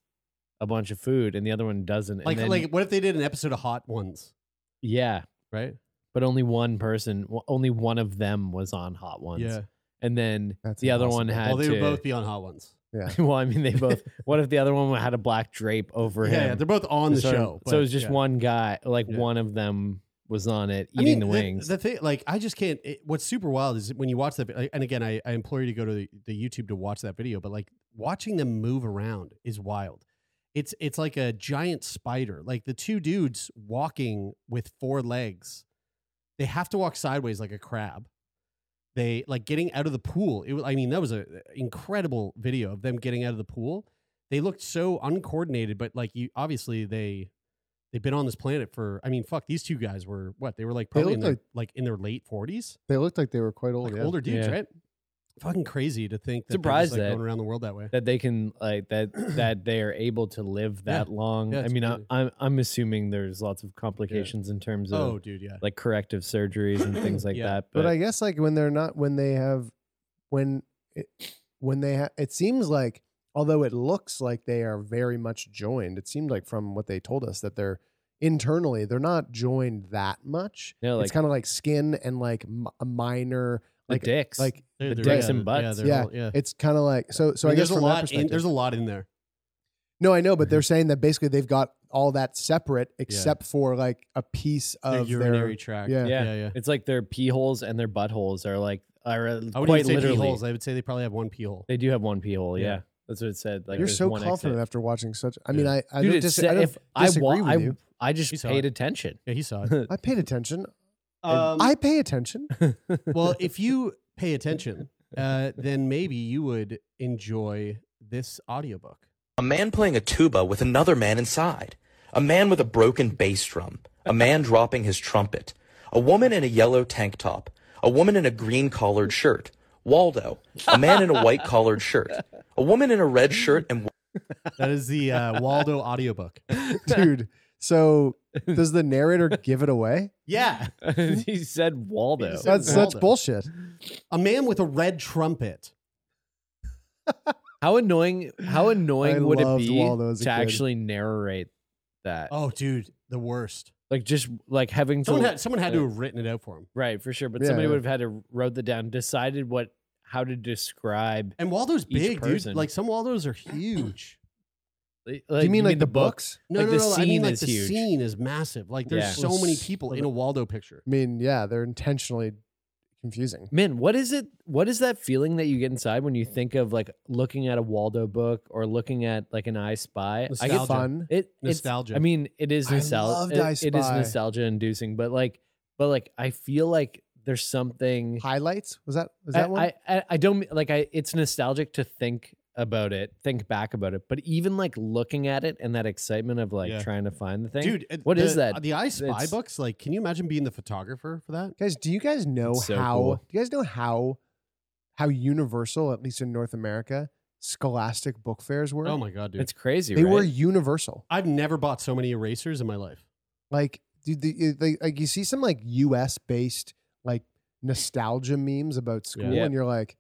a bunch of food and the other one doesn't? and Like, then- like, what if they did an episode of Hot Ones? yeah, right. But only one person, w- only one of them was on hot ones. Yeah. and then That's the other one impossible. had. Well, they to, would both be on hot ones. Yeah. well, I mean, they both. What if the other one had a black drape over Yeah, him? yeah, they're both on the So- show, So it but was just yeah. one guy, like one of them was on it I eating mean, the wings. The, thing, like, I just can't. It, what's super wild is when you watch that. And again, I, I implore you to go to the, the YouTube to watch that video. But like, watching them move around is wild. It's it's like a giant spider. Like the two dudes walking with four legs, they have to walk sideways like a crab. They like getting out of the pool. It was, I mean, that was an incredible video of them getting out of the pool. They looked so uncoordinated, but like you, obviously they they've been on this planet for. I mean, fuck, these two guys were what they were like They probably in looked their, like, like- in their late forties, They looked like they were quite old. like yeah. older dudes, right? Fucking crazy to think that they're surprised just, like, that going around the world that way. that they can like that that they are able to live that long. Yeah, I it's mean, I, crazy. I'm I'm assuming there's lots of complications in terms of Oh, dude, yeah. like corrective surgeries and things like that. But, I guess like when they're not when they have when it, when they ha- it seems like although it looks like they are very much joined, it seemed like from what they told us that they're internally they're not joined that much. No, it's like- kind of like skin and like m- a minor The like dicks. like The They're- dicks and yeah, butts. Yeah, they're all- yeah. it's kind of like so. So I, mean, guess there's a from that lot. In, perspective- there's a lot in there. no, I know, but they're saying that basically they've got all that separate except for like a piece of their- Yeah, yeah, It's like their pee holes and their buttholes are like are uh, I wouldn't quite even say literally. pee holes. I would say they probably have one pee hole. They do have one pee hole. Yeah, Yeah. that's what it said. Like You're there's so one confident Exit. after watching such. I mean, Yeah. I I Dude, don't, it dis- said I don't if I disagree wa- with I- you. I just He saw paid it. attention. Yeah, he saw it. I paid attention. Um, I pay attention. well, if you pay attention, uh, then maybe you would enjoy this audiobook. A man playing a tuba with another man inside. A man with a broken bass drum. A man dropping his trumpet. A woman in a yellow tank top. A woman in a green collared shirt. Waldo. A man in a white collared shirt. A woman in a red shirt and. That is the uh, Waldo audiobook. dude. So does the narrator give it away? Yeah. he said Waldo. That's that's bullshit. A man with a red trumpet. How annoying! How annoying I would it loved be Waldo as a to kid. actually narrate that? Oh, dude, the worst. Like just like having Someone to, had, someone had to have written it out for him. right for sure, but Yeah, somebody yeah. would have had to wrote that down, decided what how to describe. And Waldo's each big, person. dude. Like some Waldos are huge. Like, you mean, like, the books? No, like no, the no. scene I mean, like is the huge. scene is massive. Like there's Yeah. so many people in a Waldo picture. I mean, yeah, they're intentionally confusing. Man, what is it? What is that feeling that you get inside when you think of like looking at a Waldo book or looking at like an I Spy? I Nostalgia. get Fun. It, it's- Nostalgia. I mean, it is I nostalgia. loved It, I it is Spy. nostalgia inducing, but like, but like, I feel like there's something highlights. Was that was that I, one? I, I I don't like. I it's nostalgic to think about it, think back about it, but even like looking at it and that excitement of like Yeah. trying to find the thing, Dude, uh, What the, is that? The I Spy It's- books, like, can you imagine being the photographer for that? guys, do you guys know It's so how? cool. Do you guys know how? How universal, at least in North America, scholastic book fairs were. Oh my god, dude. It's crazy. They were right? universal. I've never bought so many erasers in my life. Like, dude, the, it- like, like you see some like U.S. based like nostalgia memes about school, Yeah. and you're like,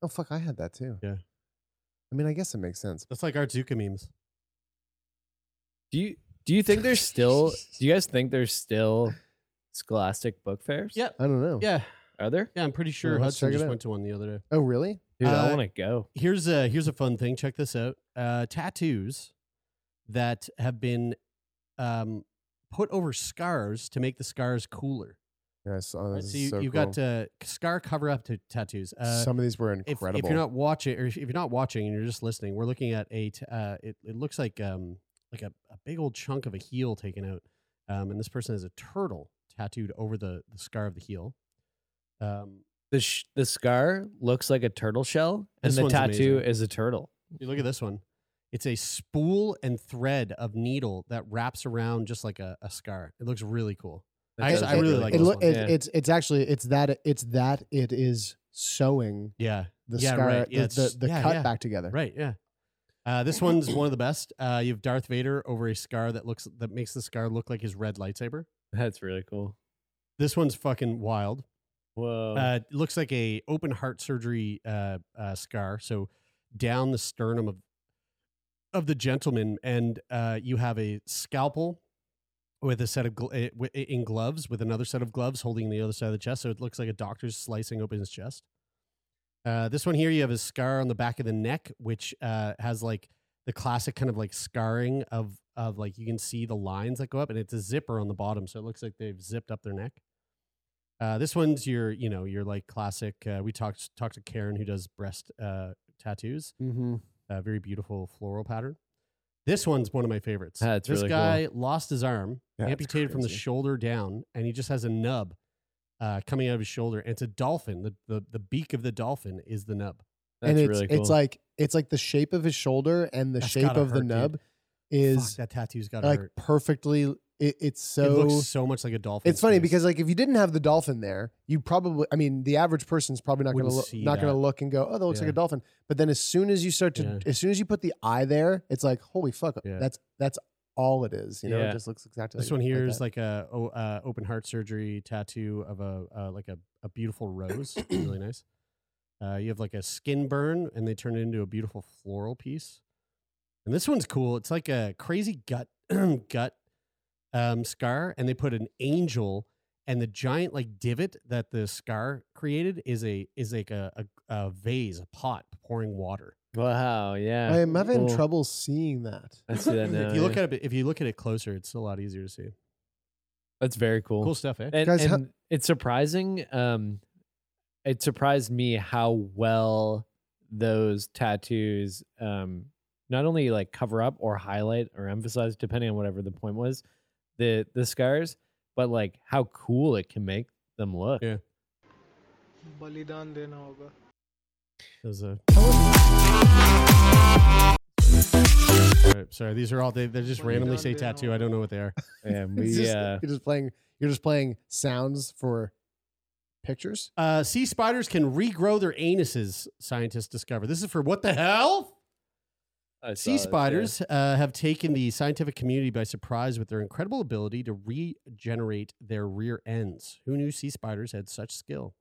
oh fuck, I had that too. Yeah. I mean, I guess it makes sense. That's like our Zuka memes. Do you Do you think there's still? do you guys think there's still Scholastic book fairs? Yeah. I don't know. Yeah. Are there? Oh. Yeah, I'm pretty sure Well, let's Hudson check it just out. went to one the other day. Oh, really? Dude, Uh, I want to go. Here's a here's a fun thing. Check this out. Uh, tattoos that have been um, put over scars to make the scars cooler. Yeah, I saw Right, this. so is you, so you've cool. got uh, scar cover up t- tattoos. Uh, Some of these were if- If, incredible. you're not watching, or if you're not watching and you're just listening, we're looking at a. T- uh, it, it looks like um like a, a big old chunk of a heel taken out, um, and this person has a turtle tattooed over the the scar of the heel. Um, The sh- the scar looks like a turtle shell, and This the one's tattoo amazing. is a turtle. You look at this one. It's a spool and thread of needle that wraps around just like a, a scar. It looks really cool. That I, does I look really really like it, this loo- one. it, It's it's actually it's that it's that it is sewing. Yeah. The Yeah, scar, right. Yeah, the, the, it's- the yeah, cut yeah. back together. Right. Yeah. Uh, this one's one of the best. Uh, you have Darth Vader over a scar that looks that makes the scar look like his red lightsaber. That's really cool. This one's fucking wild. Whoa. Uh, it looks like a open heart surgery uh, uh, scar, so down the sternum of of the gentleman, and uh, you have a scalpel with a set of gl- eh, wi- in gloves with another set of gloves holding the other side of the chest. So it looks like a doctor's slicing open his chest. Uh, this one here, you have a scar on the back of the neck, which uh, has like the classic kind of like scarring of of like you can see the lines that go up, and it's a zipper on the bottom, so it looks like they've zipped up their neck. Uh, this one's your, you know, your like classic. Uh, we talked talked to Karen who does breast uh, tattoos. Mm-hmm. Uh, very beautiful floral pattern. This one's one of my favorites. That's this really cool. guy lost his arm, That's amputated from the crazy. shoulder down, and he just has a nub uh, coming out of his shoulder. And it's a dolphin. The, the the beak of the dolphin is the nub. and it's it's like it's like the shape of his shoulder and the That's shape gotta of the hurt, dude. nub Fuck, is that tattoo's got to like hurt. perfectly. It, it's so it looks so much like a dolphin. It's funny because like if you didn't have the dolphin there, you probably I mean the average person's probably not going to Wouldn't look see not going that. to look and go, "Oh, that looks like Yeah. a dolphin." But then as soon as you start to Yeah. as soon as you put the eye there, it's like, "Holy fuck, Yeah. that's that's all it is." You know, Yeah. it just looks exactly This like one here is that. like a o- uh, open heart surgery tattoo of a uh, like a, a beautiful rose, really nice. Uh, you have like a skin burn, and they turn it into a beautiful floral piece. And this one's cool. It's like a crazy gut gut um, scar, and they put an angel, and the giant like divot that the scar created is a is like a, a, a vase, a pot pouring water. Wow. Yeah. I am having Cool. trouble seeing that. I see that now. if you look yeah. at it, if you look at it closer, it's a lot easier to see. That's very cool. Cool stuff, eh? And, Guys, how- and it's surprising. Um, it surprised me how well those tattoos um not only like cover up or highlight or emphasize, depending on whatever the point was, the the scars, but like how cool it can make them look. Yeah. बलिदान देना होगा Those, uh, Sorry, sorry, these are all they, they just randomly say tattoo. I don't know what they are. Yeah, It's just- you're just playing you're just playing sounds for pictures. Uh, sea spiders can regrow their anuses. Scientists discover this is for what the hell? Sea spiders uh, have taken the scientific community by surprise with their incredible ability to regenerate their rear ends. Who knew sea spiders had such skill?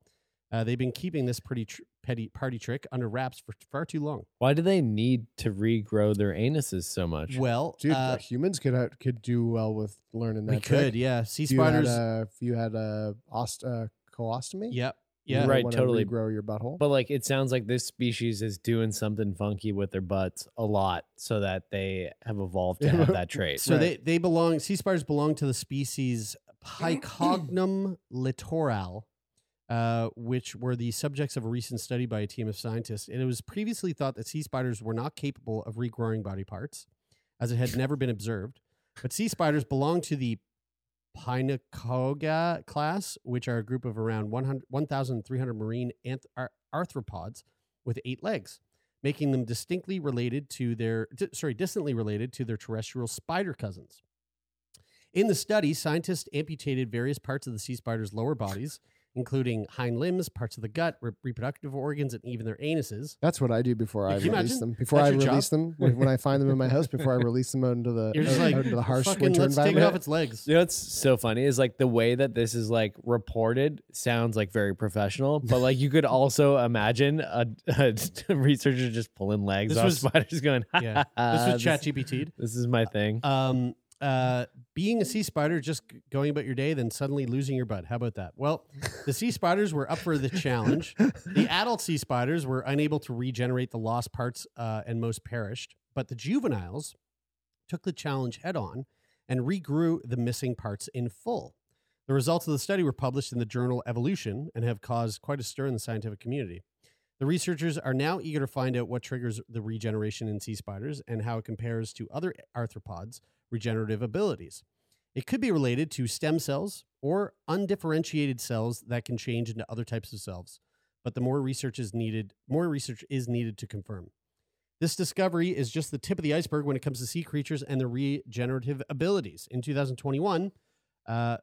Uh, they've been keeping this pretty tr- petty party trick under wraps for far too long. Why do they need to regrow their anuses so much? Well, Dude, uh, humans could ha- could do well with learning that. We trick. uh, could, yeah. Sea If you had spiders- a- If you had a ost- uh, colostomy. Yep. you Yeah. would Right, wanna totally. Regrow your butthole. But like, it sounds like this species is doing something funky with their butts a lot, so that they have evolved to have that trait. So they, they belong, sea spiders belong to the species Pycognum littoral, uh, which were the subjects of a recent study by a team of scientists. And it was previously thought that sea spiders were not capable of regrowing body parts, as it had never been observed. But sea spiders belong to the Pinacoga class, which are a group of around 100 1,300 marine anth- ar- arthropods with eight legs, making them distinctly related to their, di- sorry, distantly related to their terrestrial spider cousins. In the study, scientists amputated various parts of the sea spider's lower bodies, including hind limbs, parts of the gut, re- reproductive organs, and even their anuses. That's what I do before I Can you release imagine? them. Before That's I your job? release them, when, when I find them in my house, before I release them out into the You're just out, like, out into the harsh "Fucking winter let's take it environment. off its legs. You know what's so funny is like the way that this is like reported sounds like very professional, but like you could also imagine a, a researcher just pulling legs This off was- spiders, going, Yeah. This was "Ha, ha, ha, ChatGPT'd. This is my thing." Um, uh, being a sea spider, just g- going about your day, then suddenly losing your bud. How about that? Well, the sea spiders were up for the challenge. The adult sea spiders were unable to regenerate the lost parts uh, and most perished, but the juveniles took the challenge head on and regrew the missing parts in full. The results of the study were published in the journal Evolution and have caused quite a stir in the scientific community. The researchers are now eager to find out what triggers the regeneration in sea spiders and how it compares to other arthropods' regenerative abilities. It could be related to stem cells or undifferentiated cells that can change into other types of cells, but the more research is needed, more research is needed to confirm. This discovery is just the tip of the iceberg when it comes to sea creatures and their regenerative abilities. In 2021, uh,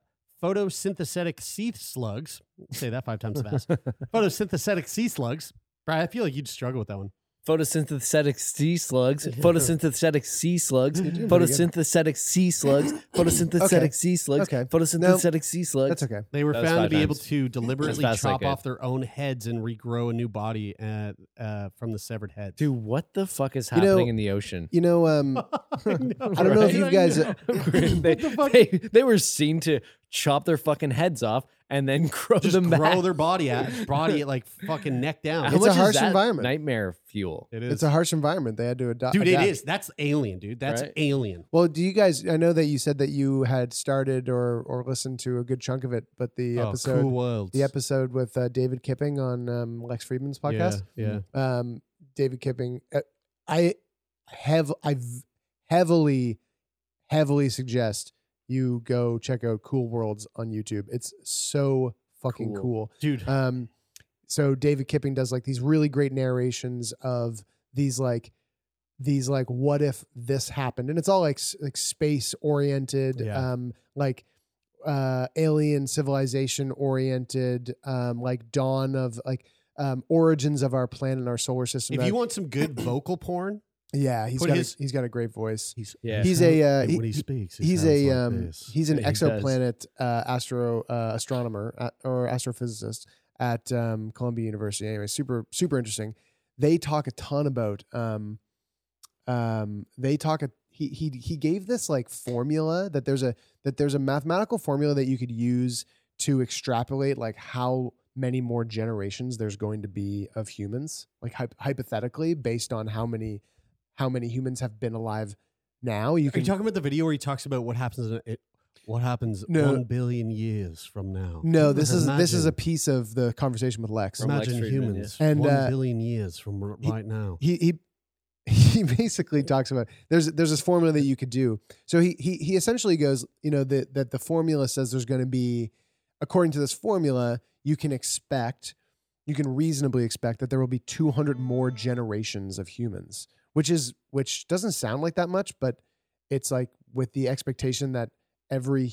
photosynthetic sea slugs, say that five times fast, photosynthetic sea slugs. Brian, I feel like you'd struggle with that one. Photosynthetic sea slugs, photosynthetic sea slugs, Mm, You're doing pretty good. photosynthetic sea slugs, photosynthetic Okay. sea slugs, Okay. photosynthetic sea slugs. They were That was found to five be able times. to As deliberately fast as I chop could. off their own heads and regrow a new body uh, uh, from the severed heads. Dude, what the fuck is You know- happening in the ocean? You know, um, I don't know if you Right? guys. uh, they, they, they were seen to chop their fucking heads off and then grow them grow back. their body out, body like fucking neck down. How It's much a is harsh that environment. Nightmare fuel. It It's a harsh environment. They had to ado- dude. It adapt. is. That's alien, dude. That's Right. alien. Well, do you guys? I know that you said that you had started or or listened to a good chunk of it, but the Oh, episode, Cool Worlds. the episode with uh, David Kipping on um, Lex Friedman's podcast, yeah. um, David Kipping, uh, I have I heavily, heavily suggest you go check out Cool Worlds on YouTube. It's so fucking Cool. cool, dude. Um, so David Kipping does like these really great narrations of these like these like what if this happened and it's all like s- like space oriented Yeah. um like uh alien civilization oriented um like dawn of like um origins of our planet and our solar system If Uh, you want some good vocal porn, yeah he's put got his- a, he's got a great voice he's yeah. he's a uh, when he speaks, he he's sounds a like um this. he's an Yeah, he does. exoplanet uh astro uh, astronomer uh, or astrophysicist at um Columbia University anyway super super interesting they talk a ton about um um, they talk a, he he he gave this like formula that there's a that there's a mathematical formula that you could use to extrapolate like how many more generations there's going to be of humans like hy- hypothetically based on how many how many humans have been alive now you Are can you talking about the video where he talks about what happens? In it, what happens No. one billion years from now? no this is this is a Imagine- piece of the conversation with lex Imagine humans and one uh, billion years from r- he- right now. He he he basically talks about there's there's this formula that you could do. So he he he essentially goes, you know, that that the formula says there's going to be according to this formula, you can expect you can reasonably expect that there will be 200 more generations of humans, which is which doesn't sound like that much, but it's like with the expectation that every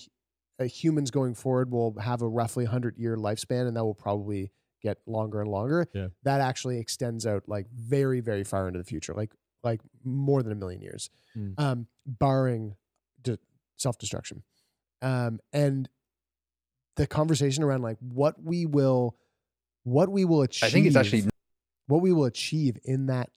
uh, humans going forward will have a roughly 100 year lifespan and that will probably get longer and longer Yeah. that actually extends out like very very far into the future like like more than a million years Mm. um barring de- self-destruction um and the conversation around like what we will what we will achieve I think it's actually- what we will achieve in that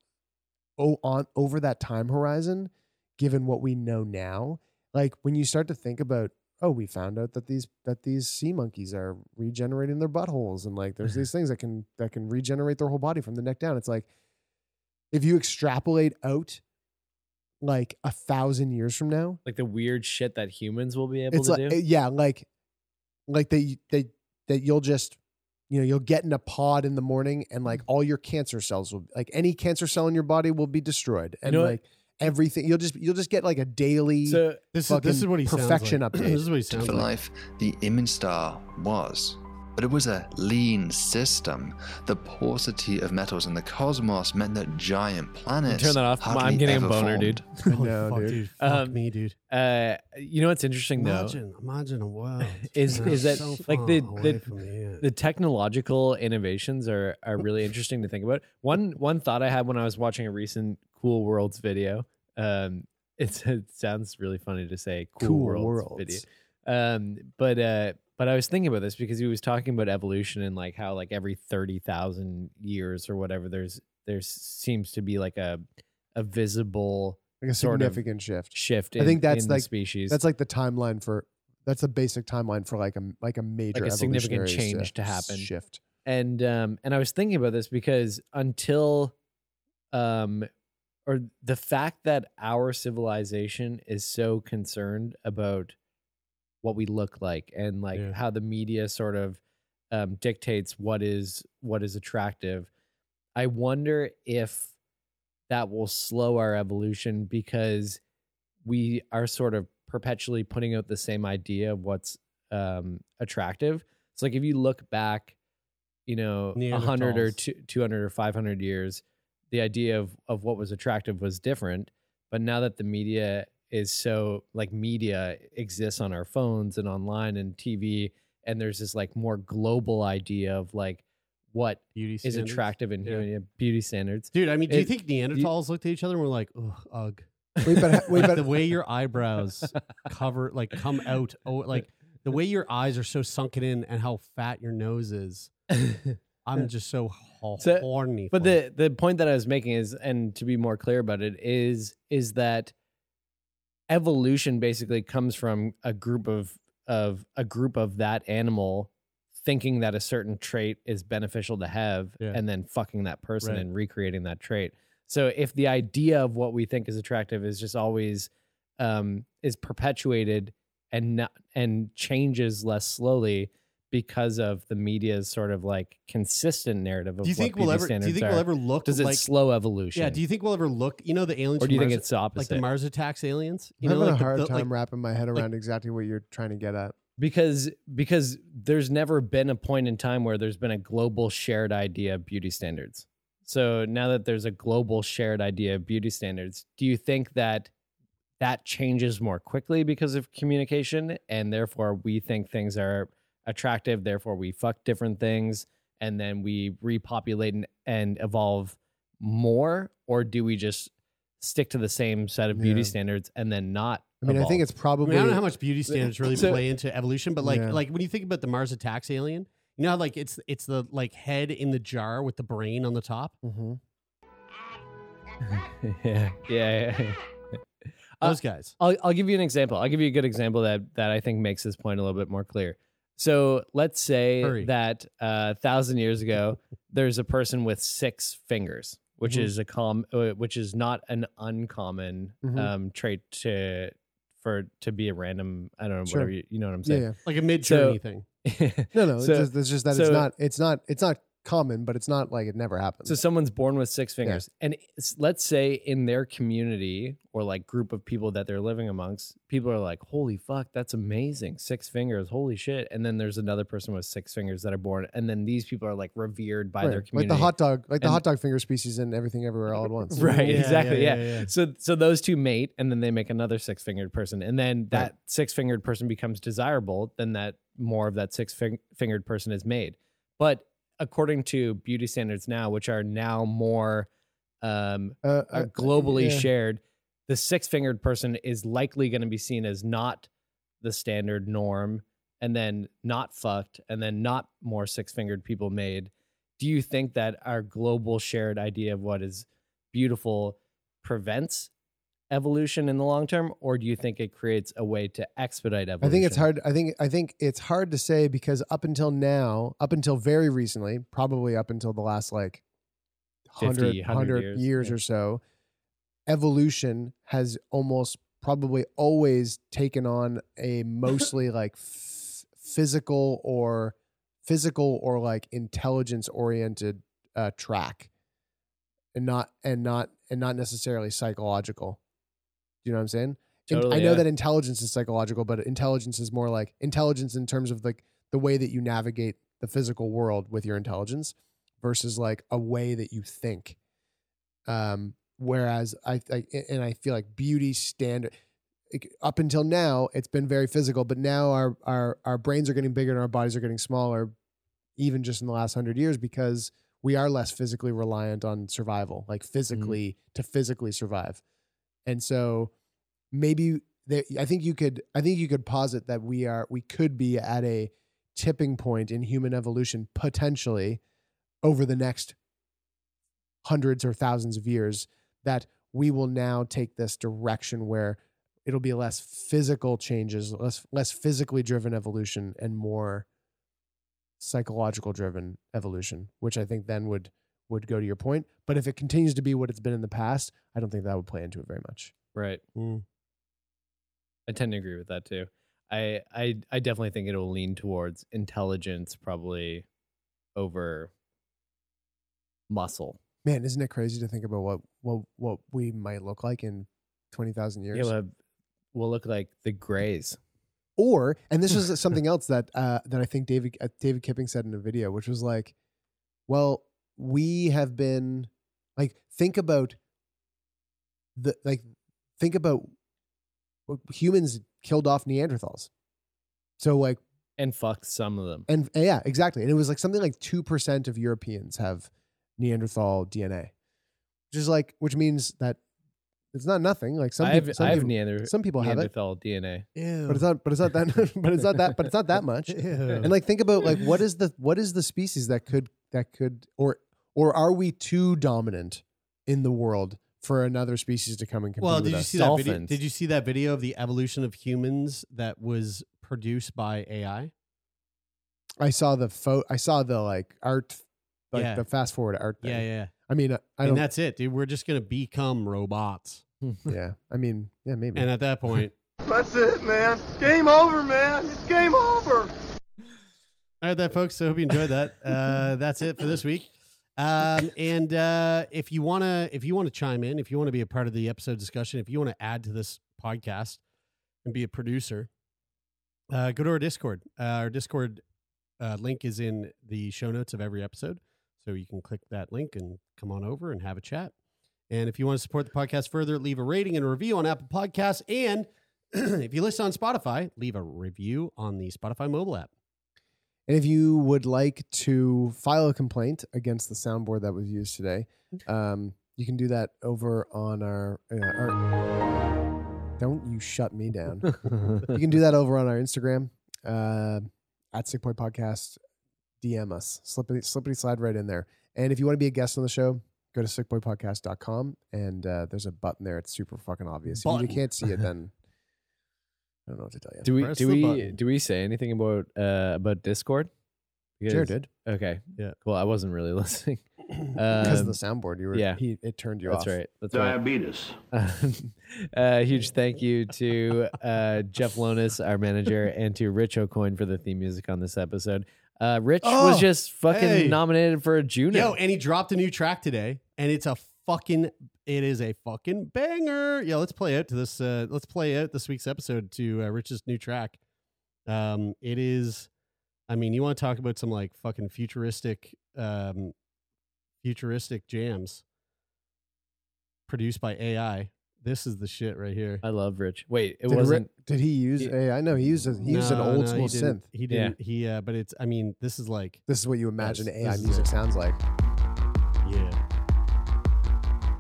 oh on over that time horizon given what we know now like when you start to think about oh we found out that these that these sea monkeys are regenerating their buttholes and like there's these things that can that can regenerate their whole body from the neck down it's like if you extrapolate out like a thousand years from now Like the weird shit that humans will be able it's to like eh, do. yeah like like they they that you'll just you know you'll get in a pod in the morning and Mm. like all your cancer cells will like any cancer cell in your body will be destroyed and know what? like everything you'll just you'll just get like a daily So this is- this fucking is what he sounds perfection like. update This is what he sounds for like. life, the image star was. But it was a lean system. The paucity of metals in the cosmos meant that giant planets. Turn that off. hardly I'm getting a ever boner, dude. formed. I know, fuck, dude. Fuck me, dude. Um, Uh, you know what's interesting Imagine, imagine a world though is that's is that so like far the away from the, here. the technological innovations are are really interesting to think about. One one thought I had when I was watching a recent Cool Worlds video. Um, it's, it sounds really funny to say Cool, Cool Worlds, video. Worlds. Um, but uh, but I was thinking about this because he was talking about evolution and like how like every thirty thousand years or whatever, there's there seems to be like a a visible like a sort of significant shift. shift I in- think that's in the like species. That's like the timeline for. That's the basic timeline for like a like a major like a significant evolutionary change shift- to happen Shift. and um and i was thinking about this because until um or the fact that our civilization is so concerned about what we look like and like how the media sort of um, dictates what is what is attractive i wonder if that will slow our evolution because we are sort of perpetually putting out the same idea of what's um, attractive. It's like if you look back, you know, 100 or Neanderthals. two, 200 or 500 years, the idea of, of what was attractive was different. But now that the media is so like media exists on our phones and online and TV, and there's this like more global idea of like what Beauty is standards? attractive in Yeah. yeah, beauty standards. Dude, I mean, do you It- think Neanderthals looked at each other and were like, "Ugh, ugh"? Wait, but ha- wait, Like, but- the way your eyebrows cover, like, come out, oh, like the way your eyes are so sunken in, and how fat your nose is. I'm just so ho- So- horny. But for it. the the point that I was making is, and to be more clear about it, is is that evolution basically comes from a group of of a group of that animal thinking that a certain trait is beneficial to have Yeah. and then fucking that person Right. and recreating that trait. So if the idea of what we think is attractive is just always um is perpetuated and not, and changes less slowly because of the media's sort of like consistent narrative of do you what think we'll beauty ever? Do you standards think are. we'll ever look? Does it like, slow evolution? Yeah. Do you think we'll ever look? You know the aliens, Or do you from Mars- think it's the Like the opposite? Mars attacks aliens. You I'm know, having like a hard the, the, time like, wrapping my head around exactly what you're trying to get at. because because there's never been a point in time where there's been a global shared idea of beauty standards. So now that there's a global shared idea of beauty standards, do you think that that changes more quickly because of communication and therefore we think things are attractive, therefore we fuck different things and then we repopulate and, and evolve more or do we just stick to the same set of beauty Yeah. standards and then not I mean, I think evolve? it's probably. I, don't know how much beauty standards really So- play into evolution, but like Yeah. like when you think about the Mars attacks alien, you know, how, like it's it's the like head in the jar with the brain on the top. Um, Mm-hmm. yeah, yeah. yeah. Those Uh, guys. I'll, I'll give you an example. I'll give you a good example that that I think makes this point a little bit more clear. So let's say Hurry. that uh, a thousand years ago, there's a person with six fingers, which Mhm. is a com, uh, which is not an uncommon mm-hmm. Mm-hmm. Mhm. um, trait to for to be a random. I don't know, Sure. whatever you, you know what I'm Yeah, saying, yeah. Like a mid So- journey thing. No, no, So- it's, just, it's just that it's so- not. It's not. It's not common, but it's not like it never happens. So someone's born with six fingers, and it's, let's say in their community or like group of people that they're living amongst, people are like, "Holy fuck, that's amazing! Six fingers, holy shit!" And then there's another person with six fingers that are born, and then these people are like revered by their Right. community, Like the hot dog, like the And- hot dog finger species and everything everywhere all at once. Right, exactly. Yeah, yeah, yeah. So so those two mate and then they make another six-fingered person and then that six-fingered person becomes desirable, then that more of that six-fingered person is made. But according to beauty standards now which are now more um Uh, are uh, globally yeah. shared, the six-fingered person is likely going to be seen as not the standard norm and then not fucked and then not more six-fingered people made do you think that our global shared idea of what is beautiful prevents evolution in the long term or do you think it creates a way to expedite evolution I think it's hard. I think I think it's hard to say because up until now, up until very recently, probably up until the last like 100, 50, 100 100 years, years, or so, evolution has almost probably always taken on a mostly like f- physical or physical or like intelligence oriented uh, track, and not and not and not necessarily psychological. Do you know what I'm saying? In- Totally, I know yeah. that intelligence is psychological, but intelligence is more like intelligence in terms of like the way that you navigate the physical world with your intelligence versus like a way that you think. Um, whereas I, I and I feel like beauty standard like, up until now it's been very physical, but now our our our brains are getting bigger and our bodies are getting smaller, even just in the last hundred years because we are less physically reliant on survival, like physically to physically survive, and so maybe there, I think you could I think you could posit that we are we could be at a tipping point in human evolution potentially over the next hundreds or thousands of years that we will now take this direction where it'll be less physical changes, less less physically driven evolution, and more psychological driven evolution, which I think then would would go to your point. But if it continues to be what it's been in the past, I don't think that would play into it very much. Right. Mm. I tend to agree with that too. I, I I definitely think it'll lean towards intelligence probably over muscle. Man, isn't it crazy to think about what what what we might look like in twenty thousand years? It'll have- will look like the grays. or and this was something else that uh, that I think David uh, David Kipping said in a video, which was like, well, we have been like think about the like think about well, humans killed off Neanderthals, so like and fucked some of them. and yeah, exactly, and it was like something like two percent of Europeans have Neanderthal DNA, which is like which means that. It's not nothing. Like some I have, people, some I have people, Neander- some people have it Neanderthal DNA. but it's not but it's not that but it's not that but it's not that much and like think about like what is the what is the species that could that could or or are we too dominant in the world for another species to come and compete Well, with did you us? see that video? Did you see that video of the evolution of humans that was produced by AI? i saw the photo i saw the like art like Yeah. the fast forward art thing. Yeah, yeah. i mean i, I don't and that's it, dude. We're just gonna become robots. yeah i mean yeah maybe And at that point, That's it, man. Game over, man. It's game over. All right, there, folks. So I hope you enjoyed that. Uh, that's it for this week. Um, and uh, if you wanna, if you wanna chime in, if you wanna be a part of the episode discussion, if you wanna add to this podcast and be a producer, uh, go to our Discord. Uh, our Discord uh, link is in the show notes of every episode, so you can click that link and come on over and have a chat. And if you want to support the podcast further, leave a rating and a review on Apple Podcasts. And if you listen on Spotify, leave a review on the Spotify mobile app. And if you would like to file a complaint against the soundboard that was used today, um, you can do that over on our, uh, our. Don't you shut me down. you can do that over on our Instagram uh, at Sick Boy Podcast. DM us, slippity, slippity slide right in there. And if you want to be a guest on the show, go to sickboypodcast.com and uh, there's a button there. It's super fucking obvious. If Button. you can't see it, then I don't know what to tell you. Do we do we do we say anything about uh about Discord? Jared did. Okay. Yeah. Well, I wasn't really listening. Because of the Um, soundboard, you were yeah. he, it turned you off. That's right. That's right. Uh, huge thank you to uh, Jeff Lonis, our manager, and to Rich O'Coin for the theme music on this episode. Uh, Rich was Oh, just fucking hey. nominated for a Juno. Yo, and he dropped a new track today, and it's a fucking it is a fucking banger. Yo, let's play out to this. Uh, let's play out this week's episode to uh, Rich's new track. Um, it is. I mean, you want to talk about some like fucking futuristic, um, futuristic jams produced by AI. This is the shit right here. I love Rich. Wait, it did, Ri- wasn't. did he use? Hey, I know he used. A, he used an No, old no, school he synth. didn't. He didn't. He uh, but it's. I mean, this is like This is what you imagine Yes, AI this is music sounds like. yeah.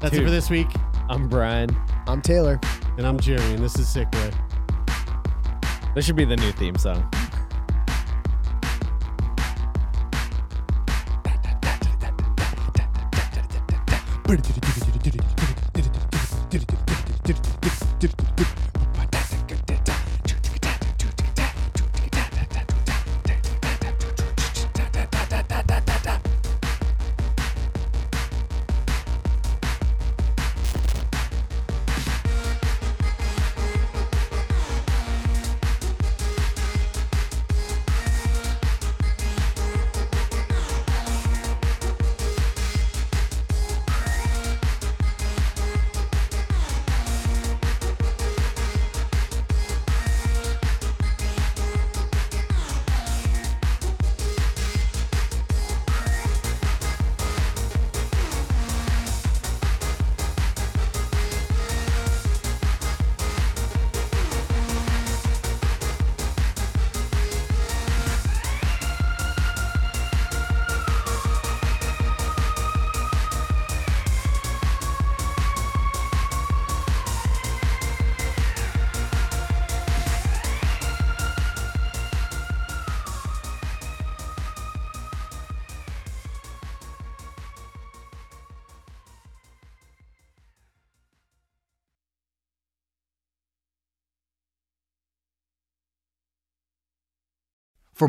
That's Dude. it for this week. I'm Brian. I'm Taylor. And I'm Jerry, and this is Sick Boy. This should be the new theme song. For